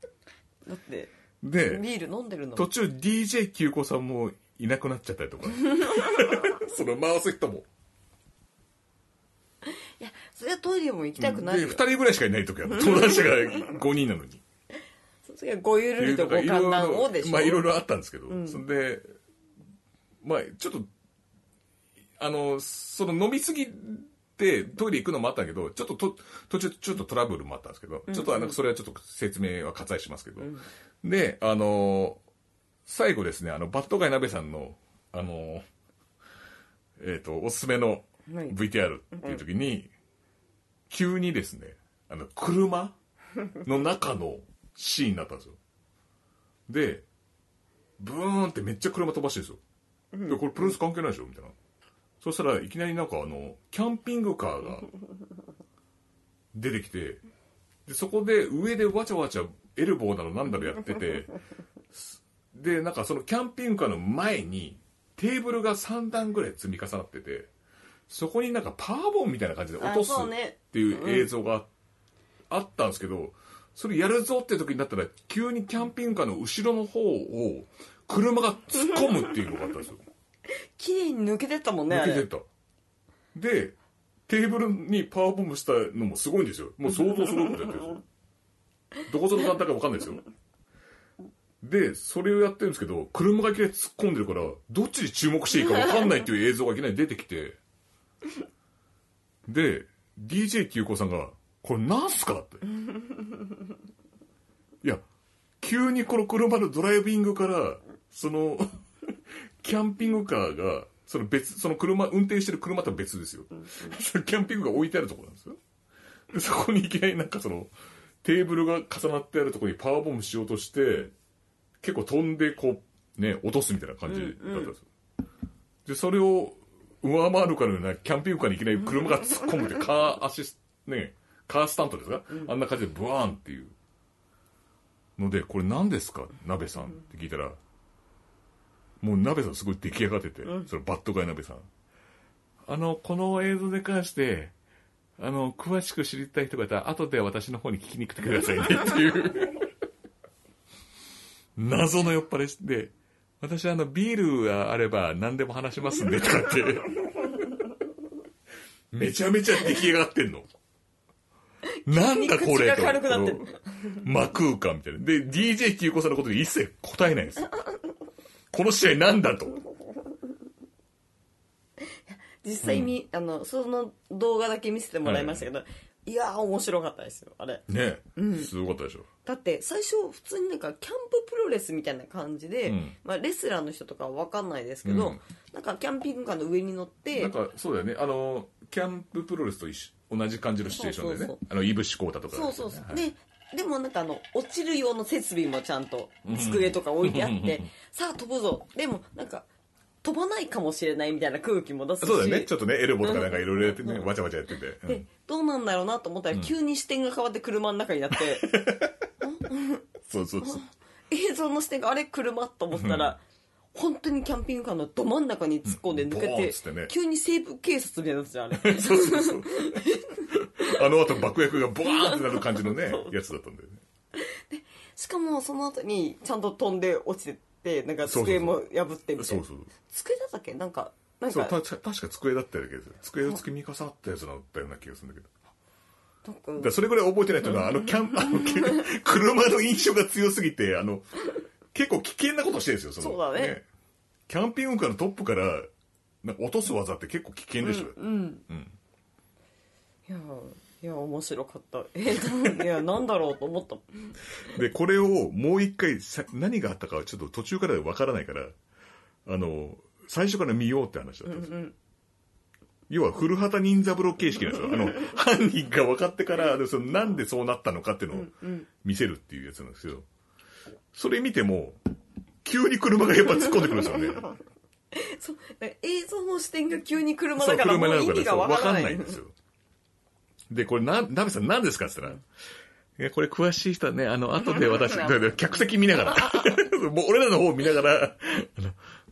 だって、で、ビール飲んでるの。途中 DJ 急行さんもいなくなっちゃったり [LAUGHS] とかその回す人もいや、それはトイレも行きたくないでよ2。人ぐらいしかいない時は登壇者が5人なの [LAUGHS] にその時はごゆるりとごいろい観ろ覧をでしょ。まあいろいろあったんですけど、そんでまあちょっとあのその飲みすぎてトイレ行くのもあったけどちょっとと途中ちょっとトラブルもあったんですけど、ちょっとあのそれはちょっと説明は割愛しますけど、であの最後ですねあのバッドガイ鍋さんのあのえっ、とおすすめのはい VTR っていう時に、急にですねあの車の中のシーンになったんですよでブーンってめっちゃ車飛ばしてるんですよ、でこれプロレス関係ないでしょみたいなそしたらいきなりなんかあのキャンピングカーが出てきてでそこで上でわちゃわちゃエルボーなのなんだろやっててでなんかそのキャンピングカーの前にテーブルが3段ぐらい積み重なっててそこになんかパワーボンみたいな感じで落とすあそうねっていう映像があったんですけど、それやるぞって時になったら急にキャンピングカーの後ろの方を車が突っ込むっていうのがあったんですよ綺麗に抜けてったもんね、あ抜けてれ。たでテーブルにパワーボムしたのもすごいんですよもう想像することやってるんですよどこぞの団体か分かんないですよでそれをやってるんですけど車がいきなり突っ込んでるからどっちに注目していいか分かんないっていう映像がいきなり出てきてで DJ 急行さんが「これなんすか?」っていや急にこの車のドライビングからそのキャンピングカーが、その別、その車、運転してる車とは別ですよ。そのキャンピングカー置いてあるところなんですよ。でそこにいきなりなんかその、テーブルが重なってあるところにパワーボムしようとして、結構飛んでこう、ね、落とすみたいな感じだったんですよ。で、それを上回るかのようなキャンピングカーにいきなり車が突っ込むって、カーアシス、ね、カースタントですか、あんな感じでブワーンっていう。ので、これ何ですか鍋さんって聞いたら、もう鍋さんすごい出来上がってて、そのバッドガイ鍋さん。あの、この映像に関して、あの、詳しく知りたい人がいたら、後で私の方に聞きに来てくださいねっていう。 [LAUGHS] 謎の酔っ払いで、私あの、ビールがあれば何でも話しますんでとかって。 [LAUGHS] めちゃめちゃ出来上がってんの。なんだこれ口が軽くなってるこの真空感みたいな。で、DJ 急行さんのことで一切答えないんですよ。この試合なんだと。実際に、あの、その動画だけ見せてもらいましたけど、い、やー、面白かったですよ、あれ。ね、すごかったでしょ。だって、最初、普通になんか、キャンププロレスみたいな感じで、うんまあ、レスラーの人とかはわかんないですけど、うんなんか、キャンピングカーの上に乗って、なんかそうだよねあのキャンププロレスと一緒同じ感じのシチュエーションでねそうそうあのイブシコータとか、そうそうそう、はいででもなんかあの落ちる用の設備もちゃんと机とか置いてあって、さあ飛ぶぞでもなんか飛ばないかもしれないみたいな空気も出すしそうだよねちょっとねエルボーとかなんかいろいろやってね、わちゃわちゃやってて、うんでどうなんだろうなと思ったら急に視点が変わって車の中になって、そうそうそう映像の視点があれ車と思ったら、本当にキャンピングカーのど真ん中に突っ込んで抜けうんボーンてっつってね急に西部警察みたいになってたよ [LAUGHS] あれそうそうそうあの後爆薬がボワーンってなる感じの [LAUGHS] ねやつだったんだよねしかもその後にちゃんと飛んで落ちてってなんか机も破ってみたそいうなそう机だったっけなんかなんそうか確か確か机だったような気がする机を積み重なったやつだったような気がするんだけどなんだかからそれぐらい覚えてないというのはあのキャン [LAUGHS] あのけ車の印象が強すぎてあの結構危険なことしてるんですよそのそうだねキャンピングカーのトップからなんか落とす技って結構危険でしょ、いやいや面白かったえーといやなんだろうと思ったで、これをもう一回さ、何があったかはちょっと途中からわからないから、あの、最初から見ようって話だったんですよ。要は、古畑任三郎形式なんですよ。あの、犯人が分かってから、でそのなんでそうなったのかっていうのを見せるっていうやつなんですけど、それ見ても、急に車がやっぱ突っ込んでくるんです [LAUGHS] よね。そう映像の視点が急に車そうだからも車うなの意か味らがそうわわかかんなんいないんですよ。で、これな、ナベさん何ですかって言ったら、いや、これ詳しい人はね、あ [LAUGHS] の、後で私、だから客席見な [LAUGHS] がら、もう俺らの方見ながら、あの、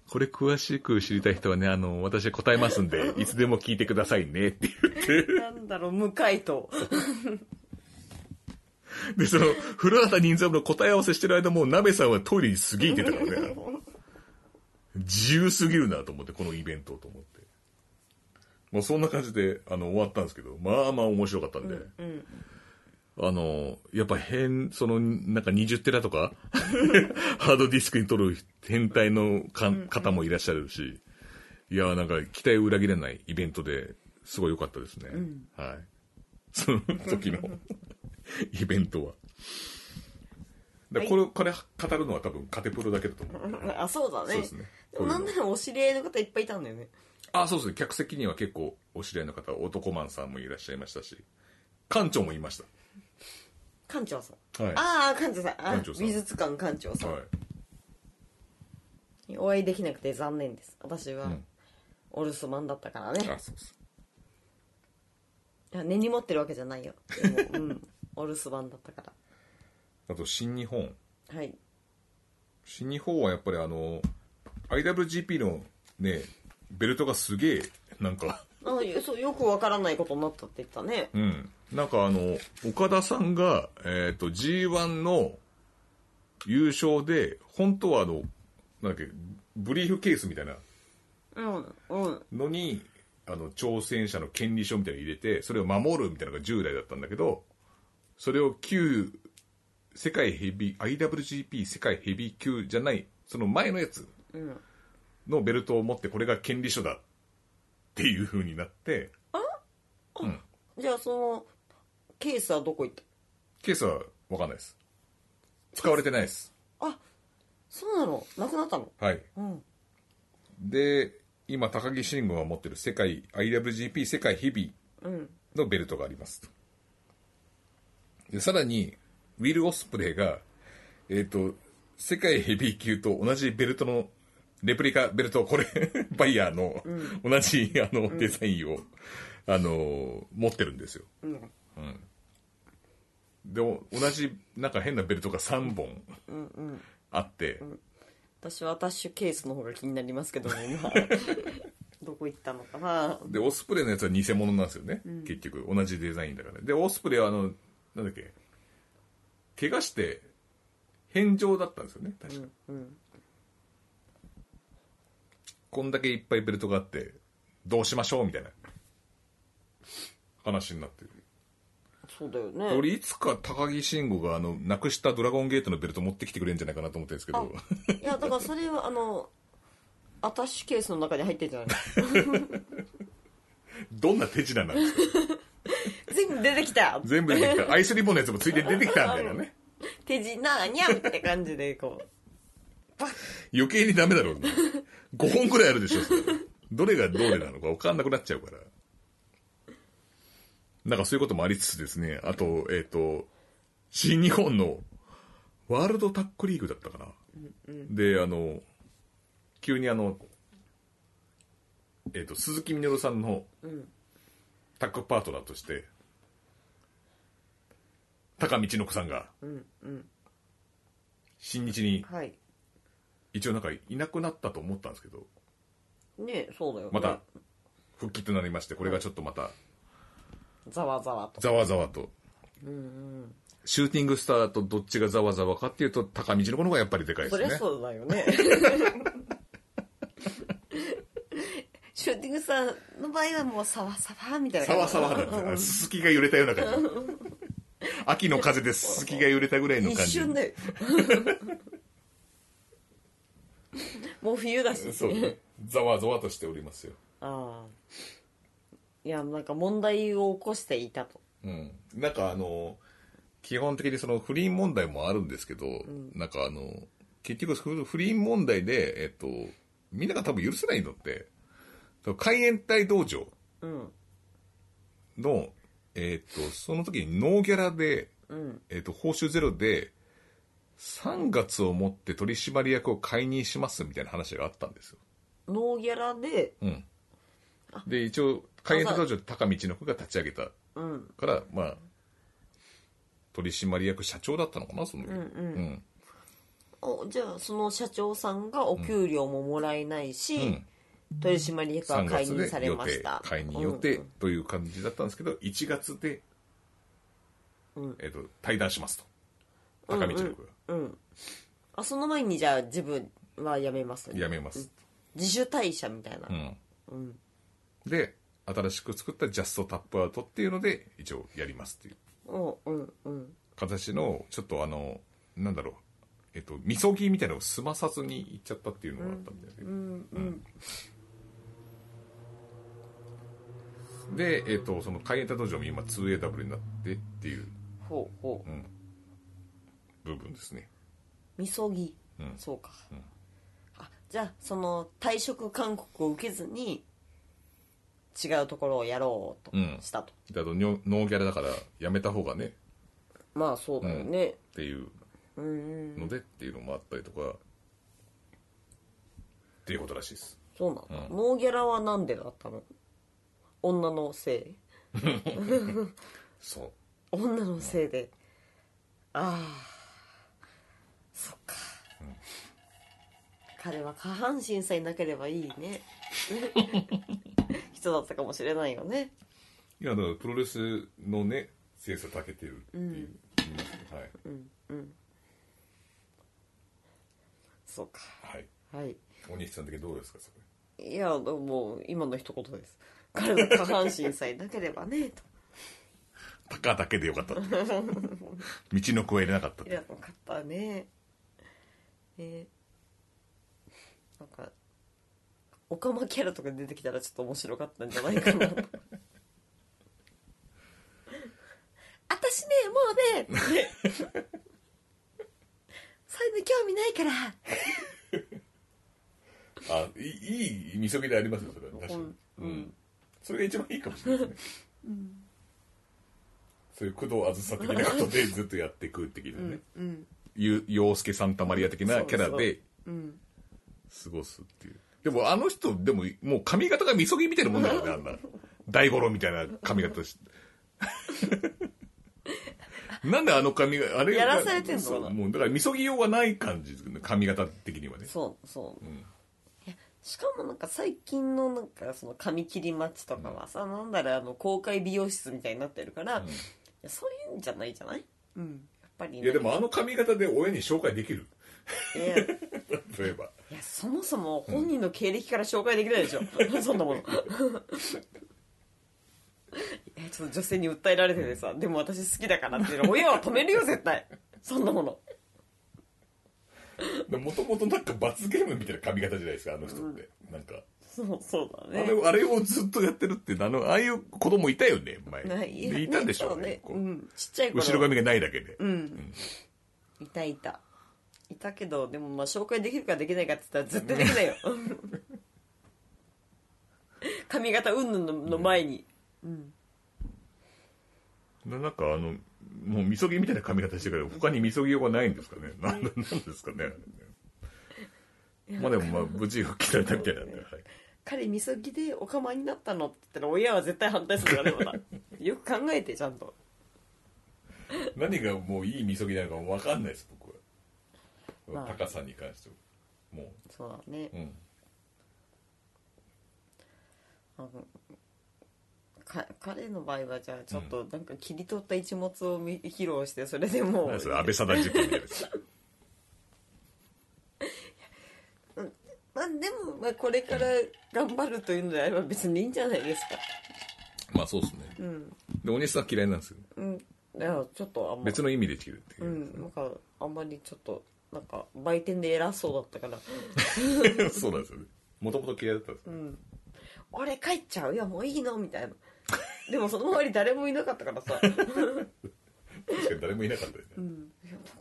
これ詳しく知りたい人はね、あの、私は答えますんで、いつでも聞いてくださいねって言って、なんだろう、無回答。で、その、古畑任三郎の答え合わせしてる間も、鍋さんはトイレにすげえ行ってたからね。自由すぎるなと思って、このイベントと思って。まあそんな感じで、あの、終わったんですけど、まあまあ面白かったんで。あの、やっぱ変、その、なんか20テラとか、 [LAUGHS] ハードディスクに取る変態のか方もいらっしゃるし、いや、なんか期待を裏切らないイベントですごい良かったですね。はい。その時 [LAUGHS] のイベントは。だからこれ、これ語るのは多分カテプロだけだと思う。あ、そうだね。そうですねでもなんならお知り合いの方いっぱいいたんだよね。あ、そうですね。客席には結構お知り合いの方、男マンさんもいらっしゃいましたし、館長もいまし館長さん。た。はい。ああ、館長さん。あ館長さん美術館館長さん、はい。お会いできなくて残念です。私は、んお留守番だったからね。あ、そうです。いや根に持ってるわけじゃないよ。でもうん。お留守番だったかあと、新日本。ら。はい。新日本はやっぱりあの、IWGP のね、ベルトがすげえ、なん [LAUGHS] か、あよそうよくわからないことになったって言ったね。うん。なんかあの、岡田さんが、えっ、と、G1 の優勝で、本当はあの、なんだっけ、ブリーフケースみたいなうん、うん。のに、あの、挑戦者の権利書みたいなの入れて、それを守るみたいなのが10代だったんだけど、それを旧、世界ヘビー、IWGP 世界ヘビー級じゃない、その前のやつうんのベルトを持って、これが権利書だっていう風になって、じゃあその、ケースはどこ行ったケースはわかんないです。使われてないです。あ、そうなのなくなったのはい。うん。で、今、高木慎吾が持ってる世界、IWGP 世界ヘビーうん。のベルトがありますとでさらにウィル・オスプレイが、えっと世界ヘビー級と同じベルトのレプリカベルトこれ [LAUGHS] バイヤーの同じあのデザインを、あの持ってるんですよ、うん。でお同じなんか変なベルトが3本うん。うん。あって、私はアタッシュケースの方が気になり [LAUGHS] ますけども、今。どこ行ったのかなでオスプレイのやつは偽物なんですよね、結局同じデザインだからでオスプレイはあのなんだっけ怪我して返上だったんですよね確か、うん。こんだけいっぱいベルトがあって、どうしましょうみたいな話になってる。そうだよね。俺、いつか高木慎吾が、あの、なくしたドラゴンゲートのベルト持ってきてくれるんじゃないかなと思ってるんですけど、いや、だからそれは、あの、アタッシュケースの中に入ってんじゃないの [LAUGHS] どんな手品なんですか全部出てきた全部出てきた。アイスリボンのやつもついて出てきたみたいなね。手品、にゃんって感じで、こう。余計にダメだろうな。5本くらいあるでしょ、それどれがどれなのか分かんなくなっちゃうから。なんかそういうこともありつつですね、あと、えっ、と、新日本のワールドタックリーグだったかな。で、あの、急にあの、えっ、と、鈴木みのるさんのんタッグパートナーとして、高道の子さんがうん。うん。新日にはい。一応なんかいなくなったと思ったんですけど、ねそうだよ、ね。また復帰となりましてこれがちょっとまたざわざわと。ざわざわとシューティングスターとどっちがざわざわかっていうと高道の子の方がやっぱりでかいでそすりゃねそうだよね。シューティングさんの場合はもうサワサワみたいなざ感わじ。ざわなんですよあのすすきが揺れたような感じ秋の風ですすきが揺れたぐらいの感一じ瞬 [LAUGHS] だよ。もう冬だし。そうねざわざわとしておりますよああ。いや、なんか問題を起こしていたと。うん、なんかあの基本的にその不倫問題もあるんですけど、なんかあの結局不不倫問題で、えっと、みんなが多分許せないのってその海援隊道場うん。の、えっとその時にノーギャラで、うん。えっと報酬ゼロで3月をもって取締役を解任しますみたいな話があったんですよ。ノーギャラで、うん、で一応海援隊道場って高道の子が立ち上げたうんから、まあ、取締役社長だったのかな、その時。うんうん。おじゃあその社長さんがお給料ももらえないし、うん取締役は3解月任さでれ予まし定た、解任予定うんという感じだったんですけど、1月で、えっと、退団しますと。高見千代子あその前にじゃあ自分は辞めますが辞めます。自主退社みたいな、うん。で、新しく作ったジャストタップアウトっていうので、一応やりますっていううん、うんうん形の、ちょっとあの、なんだろう、えっと、みそぎみたいなのを済まさずに行っちゃったっていうのがあったみたいで。うんで、えっと、その海援隊道場も今 2AW になってっていうほうほう、部分ですね。みそぎ、んそうか、あじゃあその退職勧告を受けずに違うところをやろうとうんしたと、だと、にょノーギャラだからやめた方がね、まあそうだよね、っていうのでっていうのもあったりとか、っていうことらしいです。そうなの、ノーギャラはなんでだったの女のせいそう。女のせいで、ああそっか、彼は下半身さえなければいいね人だったかもしれないよねいや、だからプロレスのね、強さたけてるっていう、言いますねはい。そうかはい。はい大西さんだけどうですか、それ。いやでも今の一言です彼の下半身さえなければねとタカだけでよ [LAUGHS] かったって。道の声入れなかったっいてらなかったねえーなんかオカマキャラとか出てきたらちょっと面白かったんじゃないかな [LAUGHS] 私ねもうねそういうの興味ないからあ、いい、いい見そぎでありますよ、それは。確かに。うん。それが一番いいかもしれないですね。そういう工藤あずさ的なことでずっとやっていく的なね。ゆ洋介サンタマリア的なキャラで過ごすっていう。でもあの人、でももう髪型がみそぎみたいなもんだ [LAUGHS] よね、あんな。大五郎みたいな髪型して。なんであの髪が、あれがやらされてんのそうもうだからみそぎようがない感じですけどね、髪型的にはね。そうそう、いやしかもなんか最近のなんかその髪切りマッチとかはさ、なんだろうあの公開美容室みたいになってるから、いやそういうんじゃないじゃない、やっぱり、ね、いやでもあの髪型で親に紹介できるいやいそういえばやそもそも本人の経歴から紹介できないでしょ、そんなものいやちょっと女性に訴えられててさでも私好きだからっていうの親は止めるよ絶対そんなものもともとなんか罰ゲームみたいな髪型じゃないですかあの人って、なんかそうそうあだねれをあれをずっとやってるってあのああいう子供いたよね前ないでいたんでしょそううねね、こううん、ちっちゃい頃後ろ髪がないだけで、いたいたいたけどでもまあ紹介できるかできないかって言ったら絶対でき [LAUGHS] ないよ髪型云々のの前に、ななんかあのもうみそぎみたいな髪型してるから他にみそぎようがないんですかねなんなんですかねあれねまあでもまあ無事復帰されたみたいなんで、はい、彼みそぎでおかまになったのって言ったら親は絶対反対するからね [LAUGHS] またよく考えてちゃんと何がもういいみそぎなのか分かんないです僕は、まあ高さに関してはもそうだねう、うんあのか彼の場合はじゃあちょっとなんか切り取った一物を見披露してそれでも何うそれ安倍貞事件みたいですまあでもまあこれから頑張るというのであれば別にいいんじゃないですかまあそうですね、でお姉さん嫌いなんですようんだからちょっとあんま別の意味で嫌いっていうう、ん、なんかあんまりちょっとなんか売店で偉そうだったから [LAUGHS] そうなんですよねもともと嫌いだったんですよ、 「俺帰っちゃういやもういいの?」みたいなでもその周り誰もいなかったから [LAUGHS] さいやなん確かに誰もいなかったよね、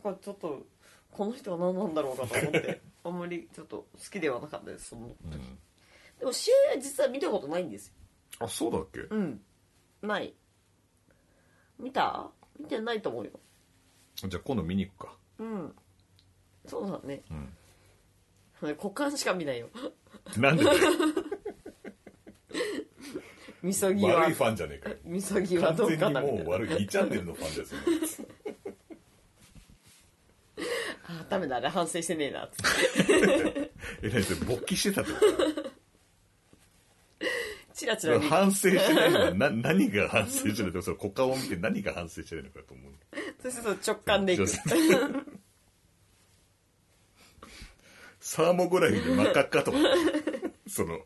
かちょっとこの人は何なんだろうかと思 [LAUGHS] ってあんまりちょっと好きではなかったですその時、でも試合は実は見たことないんですよあそうだっけ、うんない見た見てないと思うよじゃあ今度見に行くかうんそうだね、 [LAUGHS] [LAUGHS] 股間しか見ないよなんでだよ [LAUGHS] みそぎは悪いファンじゃねえかよみそぎはどうかな完全みたにもいうな悪い2チャンネルのファン [LAUGHS] ですよねあダメだあれ反省してねえなっつってえらいそれ勃起してたってこチラチラと見て反省してないのはな何が反省してないのかその股間を見て何が反省してないのかと思うそうすると直感でいく女性 [LAUGHS] サーモグラフィーで真っ赤っかとかその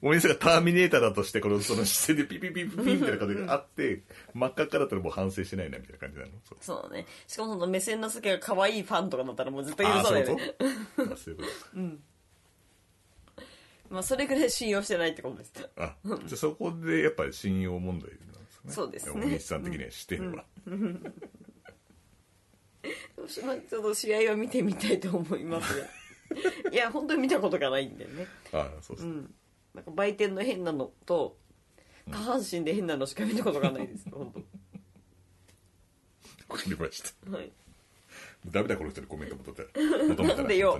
お店がターミネーターだとしてこのその視線でピピピピピみたいな感じがあって真っ赤っかだったらもう反省してないなみたいな感じなのそうそうねしかもその目線の先が可愛いファンとかだったらもう絶対あ許あさそなういいうよこねとあそういうことまあそれぐらい信用してないってことで [LAUGHS] すあじゃあそこでやっぱり信用問題なんですねそうですね大西さん的にはしてるわ、まあちょっと試合は見てみたいと思います [LAUGHS] がいや本当に見たことがないんだよねあそうです、なんか売店の変なのと下半身で変なのしか見たことがない [LAUGHS] です本わかりました当はいダメだこの人にコメントも取って求めたらなんでよ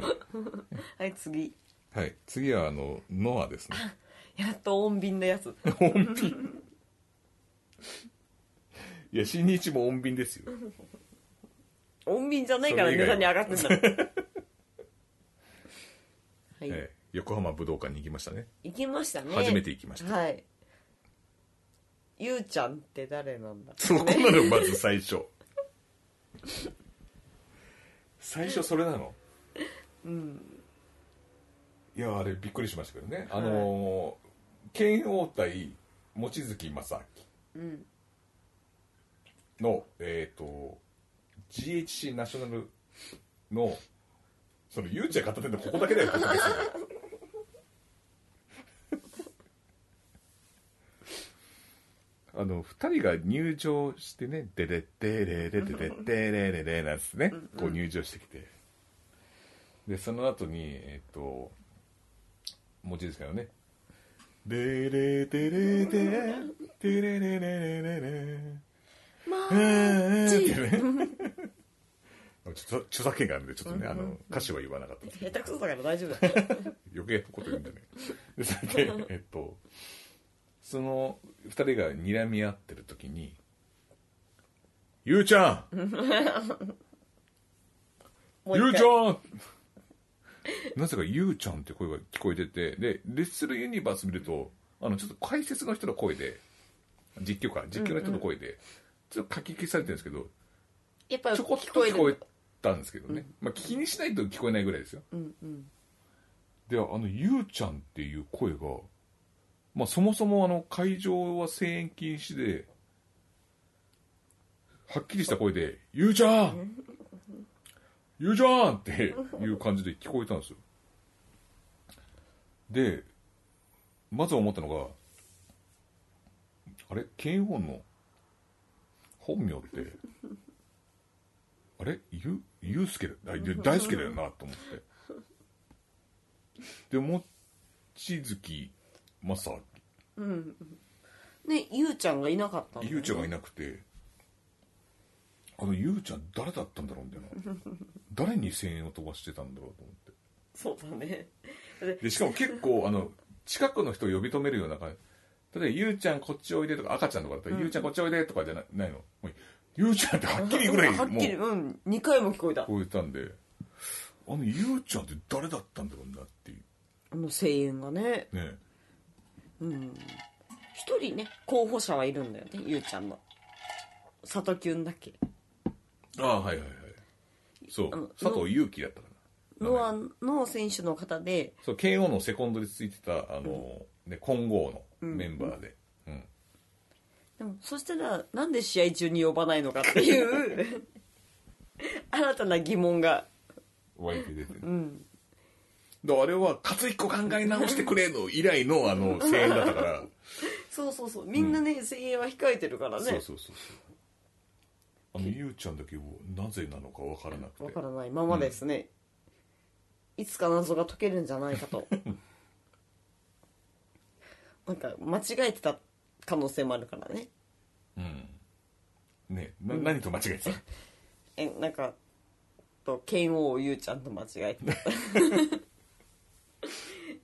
はい次はい次はあのノアですねやっと穏便なや [LAUGHS] つ穏便いや新日も穏便ですよ穏便じゃないから値段に上がってんだもん [LAUGHS] はい、ええ横浜武道館に行きましたね [LAUGHS] 行きましたね初めて行きましたはいゆうちゃんって誰なんだそこなのまず [LAUGHS] 最初最初それなのうんいやあれびっくりしましたけどねあのー剣王対望月正明の、えっ、と GHC ナショナルのそのゆうちゃん片手のここだけだよここですよあの2人が入場してね「デレッデレレデレッデレレレ」なんですねこう入場してきてでその後にえっと持ちですからね「デレデレデデレレレレレレ」まうあんってね [LAUGHS] ちょっと著作権があるんでちょっとねあの歌詞は言わなかったです下手くそだから大丈 [LAUGHS] 夫だ余計なこと言うんだねでそれ [LAUGHS] でえっとその2人が睨み合ってる時に「ゆうちゃんもゆう一ち回ゃん!」なぜか「ゆうちゃん」って声が聞こえててでレッスルユニバース見るとあのちょっと解説の人の声で実況か実況の人の声で、ちょっと書き消されてるんですけどやっぱりちょこっ聞とこえ聞こえるたんですけどね、まあ気にしないと聞こえないぐらいですよ、であのゆうちゃんっていう声が、まあ、そもそもあの会場は声援禁止ではっきりした声で「ゆうちゃんゆうちゃん!」っていう感じで聞こえたんですよでまず思ったのがあれ剣王の本名ってあれゆゆうすけだあいや大好きだよなと思ってで望月正明ねゆうちゃんがいなかったのゆうちゃんがいなくてあのゆうちゃん誰だったんだろうみたいな誰に声援を飛ばしてたんだろうと思ってそうだねでしかも結構あの近くの人を呼び止めるような感じ例えば「ゆうちゃんこっちおいで」とか赤ちゃんとかだったら「ゆうちゃんこっちおいで」とかじゃなないのもうゆうちゃんってはっきりぐら [LAUGHS] いはもっきりううん2回も聞こえた超えたんであのゆうちゃんって誰だったんだろうなっていうあの声援がねね一人ね候補者はいるんだよねゆうちゃんの里キュンだっけああはいはいはいそあのう佐藤悠希だったかなノアの選手の方でそう、KO のセコンドについてた、あの、ね、混合のメンバーで。うん。でもそしたらなんで試合中に呼ばないのかっていう [LAUGHS] 新たな疑問が湧いて出てる。だからあれは、勝つ一個考え直してくれの以来の、あの、声援だった [LAUGHS] から。そうそうそうみんなね、声援は控えてるからそうねそうそうそう。あの、ゆうちゃんだけをなぜなのかわからなくわてか。らないままですね、いつか謎が解けるんじゃないか [LAUGHS] となんか間違えてた可能性もあるからねね、な何と間違えてた [LAUGHS] えなんか [LAUGHS] と剣王ゆうちゃんと間違えてた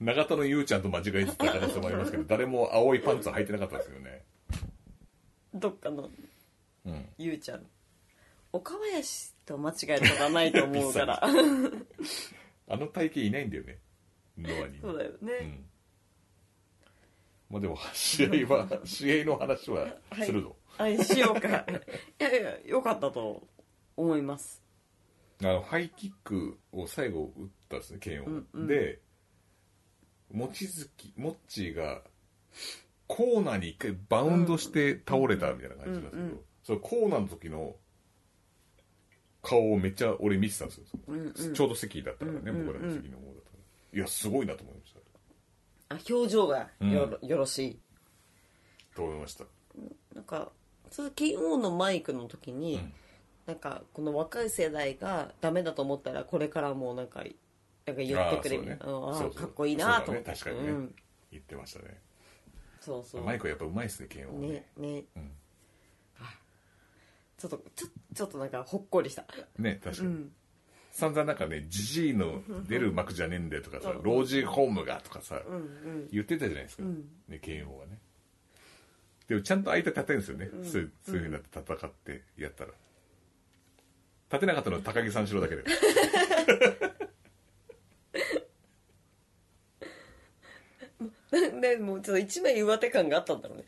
永田のゆうちゃんと間違えてた可能性もありますけど、誰も青いパンツは履いてなかったですよね。どっかのうん。ゆうちゃん岡林と間違えたらないと思うから [LAUGHS] あの体型いないんだよね。ノアに。そうだよね、うん。まあでも、試合 [LAUGHS] は、試合の話はするぞ。はいし [LAUGHS] ようかいやいやよかったと思いますあの、ハイキックを最後打ったんですね、剣を。うんうんで、望月、モッチーが、コーナーに一回バウンドして倒れたみたいな感じなんですけど、うんうんそのコーナーの時の顔をめっちゃ俺見てたんですよ。うんうんちょうど席だったからね、うんうんうん僕らの席の方だったから。いや、すごいなと思いました。あ表情がよろ,、よろしいと思いました。なんかその剣王のマイクの時に、うんなんかこの若い世代がダメだと思ったらこれからもなんかなんか言ってくれるあーそうねあーそうそうかっこいいなとそ思うだねって確かにねうん、言ってましたね。そうそうマイクはやっぱうまいですね、剣王ね。ねね、うんあちょっとちょちょっとなんかほっこりしたね、確かうに。ん散々なんかね、ジジイの出る幕じゃねえんだよとかさ、老人ホームがとかさ、うんうん言ってたじゃないですか、んね、慶応はね。でもちゃんと相手立てるんですよね、そういうそういうふうになって戦ってやったら。立てなかったのは高木三四郎 [LAUGHS] だけで。 [LAUGHS] でもうちょっと一枚上手感があったんだろうね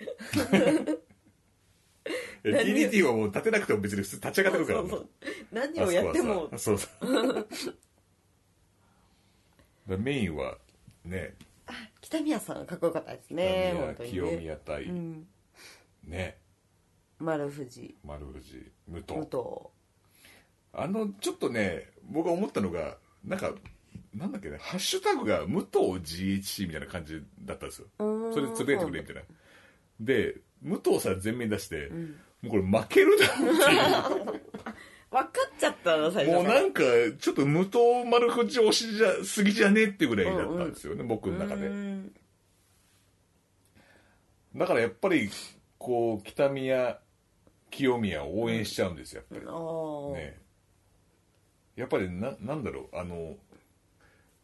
え DDT はもう立てなくても別に普通立ち上がってくるからそうそう何あをそこやっはてさもそうそうだ [LAUGHS] からメインはね北宮さんがかっこよかったですね本当に清ね、宮対、うん、ね丸藤丸藤武藤武藤あの、ちょっとね、僕が思ったのが、なんか、なんだっけね、ハッシュタグが武藤 GHC みたいな感じだったんですよ。うーんそれ、つぶやいてくれ、みたいな。で、武藤さん全面出して、もうこれ負けるだろ [LAUGHS] う分かっちゃったな最初もうからなんか、ちょっと無党丸口押しじゃ、すぎじゃねえってぐらいだったんですよね、僕の中うで。んだからやっぱり、こう、北宮、清宮を応援しちゃうんですよ、やっぱあーり。ね。やっぱりな、なんだろう、あの、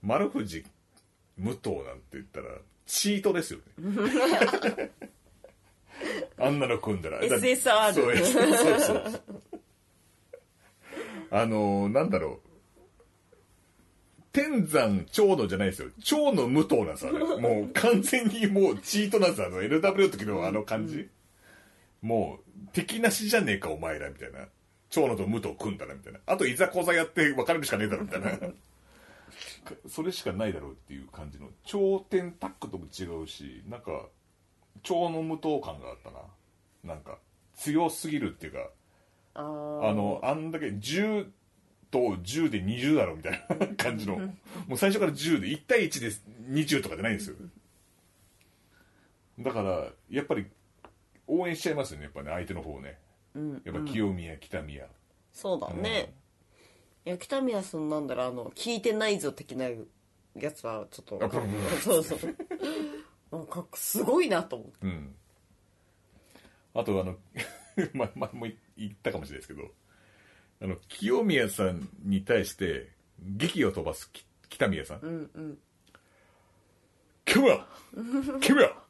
丸藤、武藤なんて言ったら、チートですよね。あんなの組んだら。だ SSR そう、そうそう。あの、なんだろう。天山長野じゃないですよ。長野無党なんですよ、あれ。もう完全にもうチートなんですよ。あの LW の時のあの感じ。もう敵なしじゃねえかお前らみたいな。長野と無党組んだらみたいな。あといざこざやって別れるしかねえだろみたいな。それしかないだろうっていう感じの。頂点タックとも違うし、なんか、長野無党感があったな。なんか、強すぎるっていうか、ああーの、あんだけ10と10で20だろみたいな [LAUGHS] 感じの、もう最初から10で、1対1で20とかじゃないんですよ。だから、やっぱり、応援しちゃいますよね、やっぱね、相手の方をね。うんやっぱ清宮、北宮。そうだね、いや北宮さんなんだろうあの聞いてないぞ的なやつはちょっあブとルブルそうそうなんかすごいなと思ってうん。あと、あの、 [LAUGHS] ま、前も言ったかもしれないですけど、あの、清宮さんに対して、劇を飛ばすき北宮さん。うんうんキムラキムラ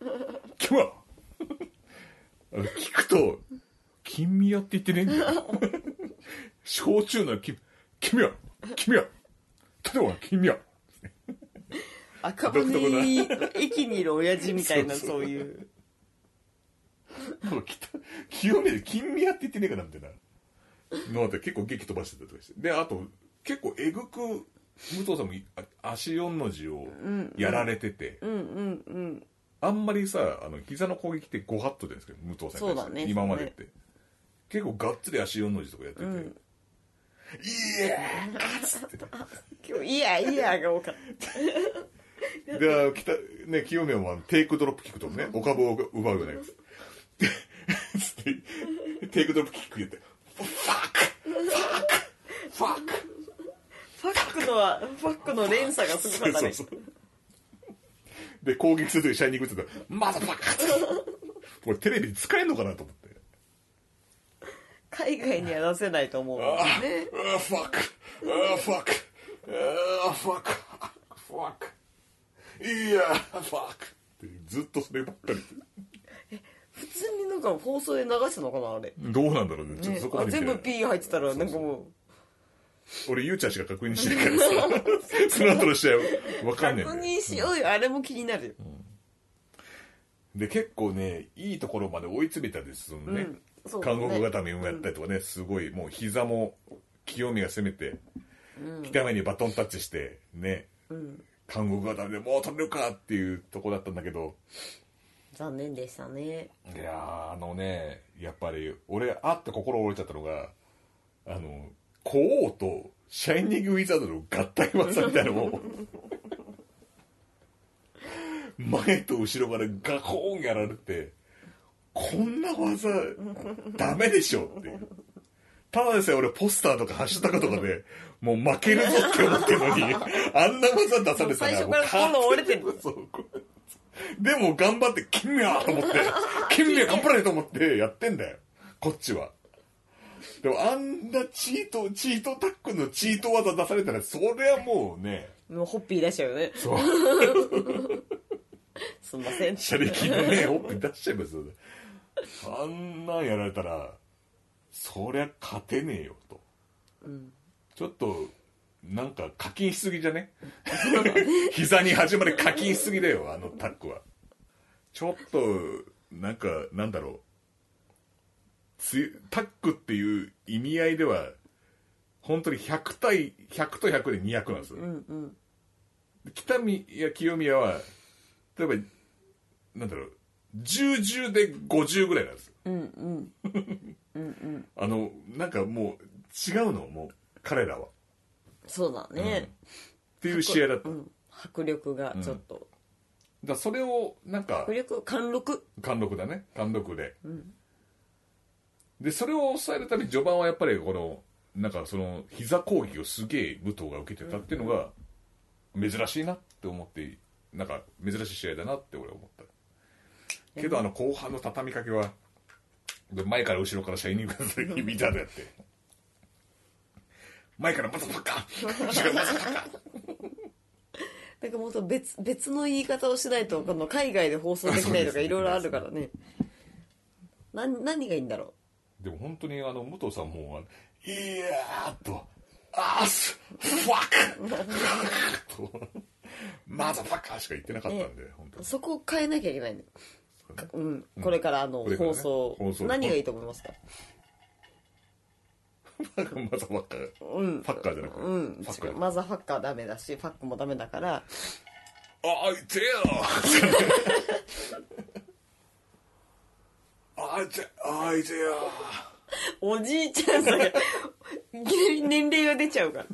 [LAUGHS] キムラあの聞くと、金宮って言ってねえ [LAUGHS] んだよ。焼酎の金、金宮金宮例えば金宮赤独特な羽駅にいる親父みたいな [LAUGHS] そうそういうなんか北、清宮で金宮って言ってねえかなみたいな。のあって結構激飛ばしてたりとかして。で、あと、結構えぐく、武藤さんもあ足4の字をやられてて、うんうんうんあんまりさ、あの、膝の攻撃って5ハットじゃないですか、武藤さんに対してそうだね今までって。結構がっつり足4の字とかやってて。んいやーつって。今日いやいやが多かったで、きた、ね、清宮もあのテイクドロップキックとかね、お株を奪うようなやつ。でつって、テイクドロップキック言って、ファックファックファックファックのはファックの連鎖がすごかったねそうそうそうで、攻撃するときシャイニング打つと、マザバカこれテレビで使えんのかなと思って。海外には出せないと思うああ、ねああ、ファック。ああ、ファック。ああ、ファック。ファック。 「いやーファック」ってずっとそればっかり普通になんか放送で流してたのかなあれ、どうなんだろうねちょっとそこまあで見て全ない部 P 入ってたらなんかもう俺ゆうちゃんしか確認して [LAUGHS] ないからさその後の試合わかんねえんだ確よ認しようよあれも気になるよ、で結構ねいいところまで追い詰めたんですよね,、うんそうだね韓国固めをやったりとかね、すごいもう膝も清宮攻めて、北目にバトンタッチしてね、韓国固めでもう取れるかっていうとこだったんだけど残念でしたねいやーあのねやっぱり俺あって心折れちゃったのがあの古王とシャイニングウィザードの合体技みたいなのを前と後ろからガコーンやられてこんな技ダメでしょっていうただでさえ俺ポスターとかハッシュタグとかでもう負けるぞって思ってるのにあんな技出されてた最初から心折れてるもう完全にそうこうでも頑張って金宮と思って金宮頑張れと思ってやってんだよこっちはでもあんなチートチートタックのチート技出されたらそれはもうねもうホッピー出しちゃうよねそうすんません車力のね、オープン出しちゃいますよね。あんなんやられたら、そりゃ勝てねえよと。ちょっと、なんか課金しすぎじゃね [LAUGHS] 膝に始まり課金しすぎだよ、あのタックは。ちょっと、なんか、なんだろう。つタックっていう意味合いでは、本当に100対、100と100で200なんですよ。うんうん北宮清宮は例えばなんだろう1010で50ぐらいなんですようんうんあのなんかもう違うのもう彼らはっそうだね、ていう試合だった、うだかん、迫力がちょっと、らそれをなんか迫力貫禄貫禄だね貫禄で、でそれを抑えるために序盤はやっぱりこのなんかその膝攻撃をすげえ武藤が受けてたっていうのが珍しいなって思ってなんか珍しい試合だなって俺は思ったけどあの後半の畳みかけはで前から後ろからシャイニングするみたいなやって前からまたパッカー後ろからまたパッカーなんかもっと別別の言い方をしないとこの海外で放送できないとかいろいろあるからねな何がいいんだろでも本当にあの武藤さんも「いやー」と「アースフ [LAUGHS] ァック!」と「マザーファッカー」しか言ってなかったんで、本当 [LAUGHS] うにそこを変えなきゃいけないの、うん、んこれからあのこれから放ね送,、放送何がいいと思いますかマザーファッカー、うんファッカーじゃなくて、うんファッカーマザーファッカーダメだしファックもダメだからあいてよ [LAUGHS] あいてあいてよおじいちゃんさんが [LAUGHS] いきなり年齢が出ちゃうから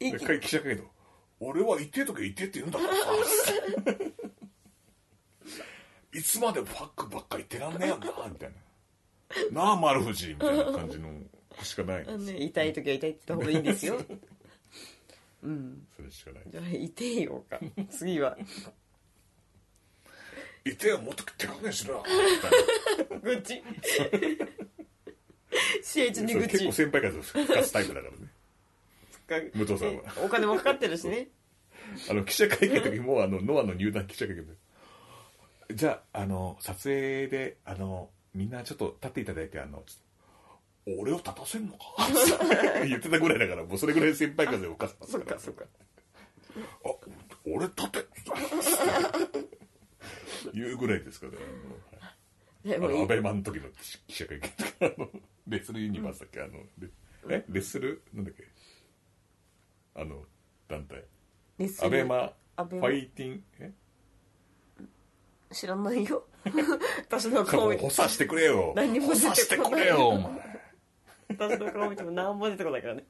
い一き回記者会見俺は言ってとか言ってって言うんだから [LAUGHS] さいつまでファックばっか言ってらんねえよなみたいななあ丸藤みたいな感じのしかないね、痛い時は痛いって言った方がいいんです [LAUGHS] よそれしかないじゃあ痛いよ [LAUGHS] か次はいてよもっと手加減し [LAUGHS] ろよ愚痴試合中みにたいな愚結痴構先輩から復活タイプだからね武藤さんはお金もかかってるしねあの記者会見の時もあのノアの入団記者会見でじゃああの撮影であのみんなちょっと立っていただいてあのちょっと俺を立たせんのか [LAUGHS] 言ってたぐらいだからもうそれぐらい先輩風をかすそっかそっかあ俺立て [LAUGHS] 言うぐらいですから、ね、であものいアいベマの時の記者会見とかあのレッスルユニバースだっけあのレえレッスルなんだっけあの団体ですアよねベマフアベマァイティングえ知らない [LAUGHS] よ私の顔もう見て補佐してくれ [LAUGHS] よ何も補出てこない佐してくれよお前私の顔見ても何も出てこないからね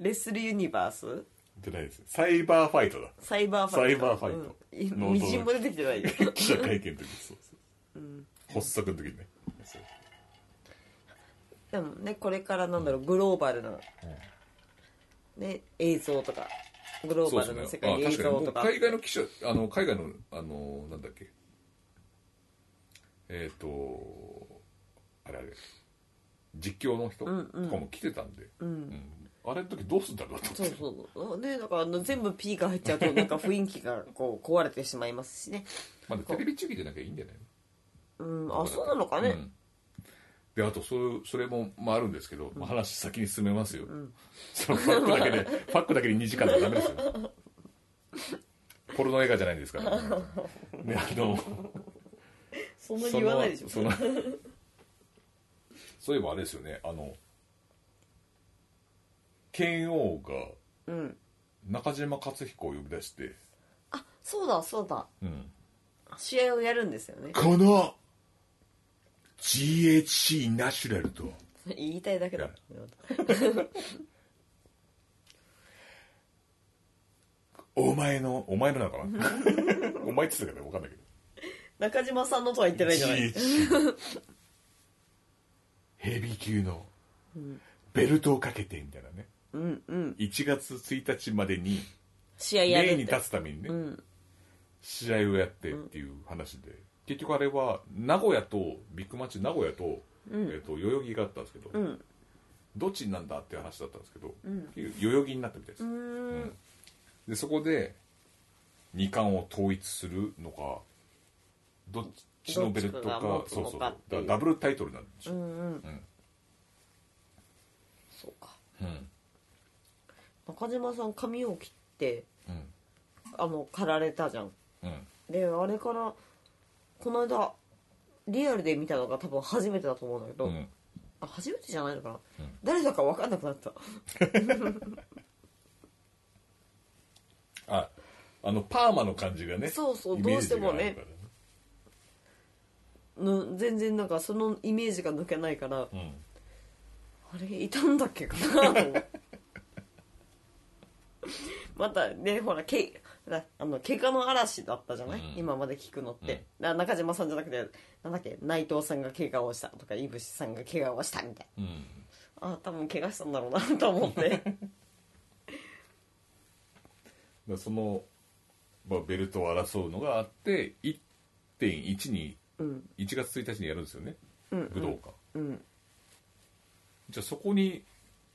レッスルユニバースじゃないですサイバーファイトだ [LAUGHS] サイバーファイトサイバーファイトうんいみじんも出てきてないよ記者会見の時そうそう、発足の時にねそうでもねこれからなんだろうグローバルな、ね、映像とかグローバルな世界のあ映確かに像もとうか海外の記者あの海外のあのなんだっけえっ、とあれあれ実況の人とかも来てたんで、うんあれの時どうすんだろうとそ思うってそうねだからあの全部 P が入っちゃう [LAUGHS] となんか雰囲気がこう壊れてしまいますしねまだテレビ中継じゃなきゃいいんじゃないうんあそうなのかね、うんであとそれそれも、まあ、あるんですけど、まあ、話先に進めますよ、そのファック [LAUGHS] だけでファックだけで2時間とかダメですよポルノ映画じゃないんで [LAUGHS] すから、であのそんなに言わないでしょそのそ [LAUGHS] のそういえばあれですよねあの剣王がうん中島克彦を呼び出してあそうだそうだ「うん、試合をやるんですよね [LAUGHS] この GHC ナショナルと言いたいだけだいお前のお前のなのかな [LAUGHS] お前って言ってたから分かんないけど中島さんのとは言ってないじゃない GHC ヘビー級のベルトをかけてみたいなね、うんうん1月1日までに試合やる例っにて立つためにね、ん試合をやってっていう話で、結局あれは名古屋とビッグマッチ名古屋と,、えっと代々木があったんですけど、んどっちになんだっていう話だったんですけど、代々木になったみたいです、うーんでそこで二冠を統一するのかどっちのベルトかどっちそうが持つそうのかそうだっかていうらダブルタイトルなんでしうょ、んうんうんそうかうん中島さん髪を切ってうんあの刈られたじゃんうんであれからこの間リアルで見たのが多分初めてだと思うんだけど、うんあ初めてじゃないのかな、うん誰だか分かんなくなったああのパーマの感じがねそうそうイメージがどうしてもねあるからの全然なんかそのイメージが抜けないから、あうんれいたんだっけかなと思ってまたねほらけなあの怪我の嵐だったじゃない、うん今まで聞くのって、な中島さんじゃなくてなんだっけ内藤さんが怪我をしたとか井伏さんが怪我をしたみたいうんなあ多分怪我したんだろうなと思 [LAUGHS] ってだからその、まあ、ベルトを争うのがあって1.1にうん1月1日にやるんですよね、うんうん武道館うんじゃあそこに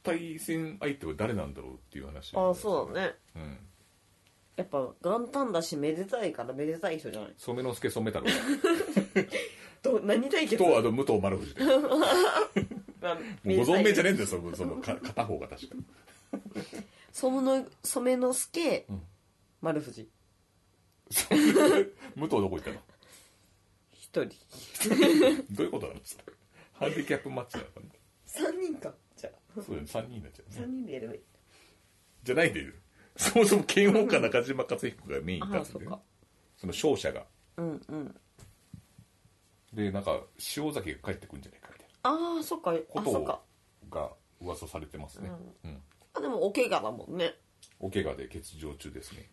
対戦相手は誰なんだろうっていう話ああそうだねうんやっぱ元旦だしめでたいからめでたい人じゃない染之助染太ど郎何対決とあと武藤丸藤でなもうご存命じゃねええんだよそのそのか片方が確か染めの助、丸藤そう武藤どこ行ったの一人どういうことなのそれハンディキャップマッチなのかな三人かじゃあそうだよね3人になっちゃうね三人でやればいいじゃないでいいよそもそも剣王か中島克彦がメインだああっつそっうてねかその勝者がうんうんでなんか塩崎が帰ってくるんじゃないかみたいああそっかあなこそっかとが噂されてますね、うんあでもお怪我だもんねお怪我で欠場中ですね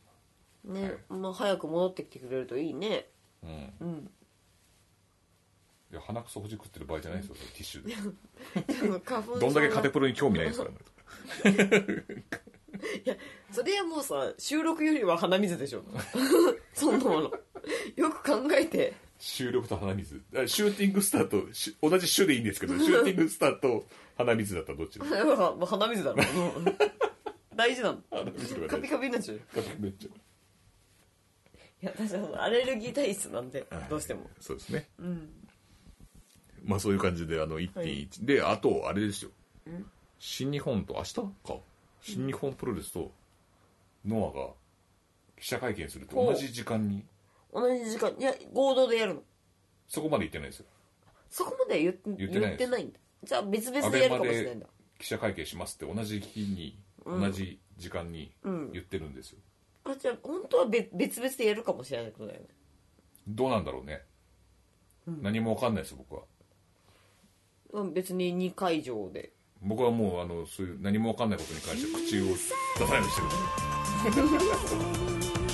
ね、まあ早く戻ってきてくれるといいねうんうんいや鼻くそほじくってる場合じゃないですよそのティッシュで [LAUGHS] 花粉症どんだけカテがプロに興味ないですからねそれはもうさ収録よりは鼻水で [LAUGHS] しょそんなものよく考えて [LAUGHS] 収録と鼻水あシューティングスターとし同じ種でいいんですけどシューティングスターと鼻水だったらどっちですかだからまあ鼻水だろ大事なの鼻水とかカ大ピ丈カピになっちゃうよ夫めっちゃいや私はそのアレルギー体質なんでどうしてもそうですねまあそういう感じであの1.1、であとあれですよ新日本と明日か新日本プロレスとノアが記者会見すると同じ時間に同じ時間いや合同でやるのそこまで行ってないですよそこまでは言っ言ってないです言ってないんだじゃあ別ア々でベやるマかもしれないんでだ記者会見しますって同じ日に、同じ時間に言ってるんですよ、あじゃあ本当は別別々でやるかもしれないことだよねどうなんだろうね、何もわかんないです僕はうん別に2会場で僕はもうあのそういう何もわかんないことに関して口を出さないようにしてる「君に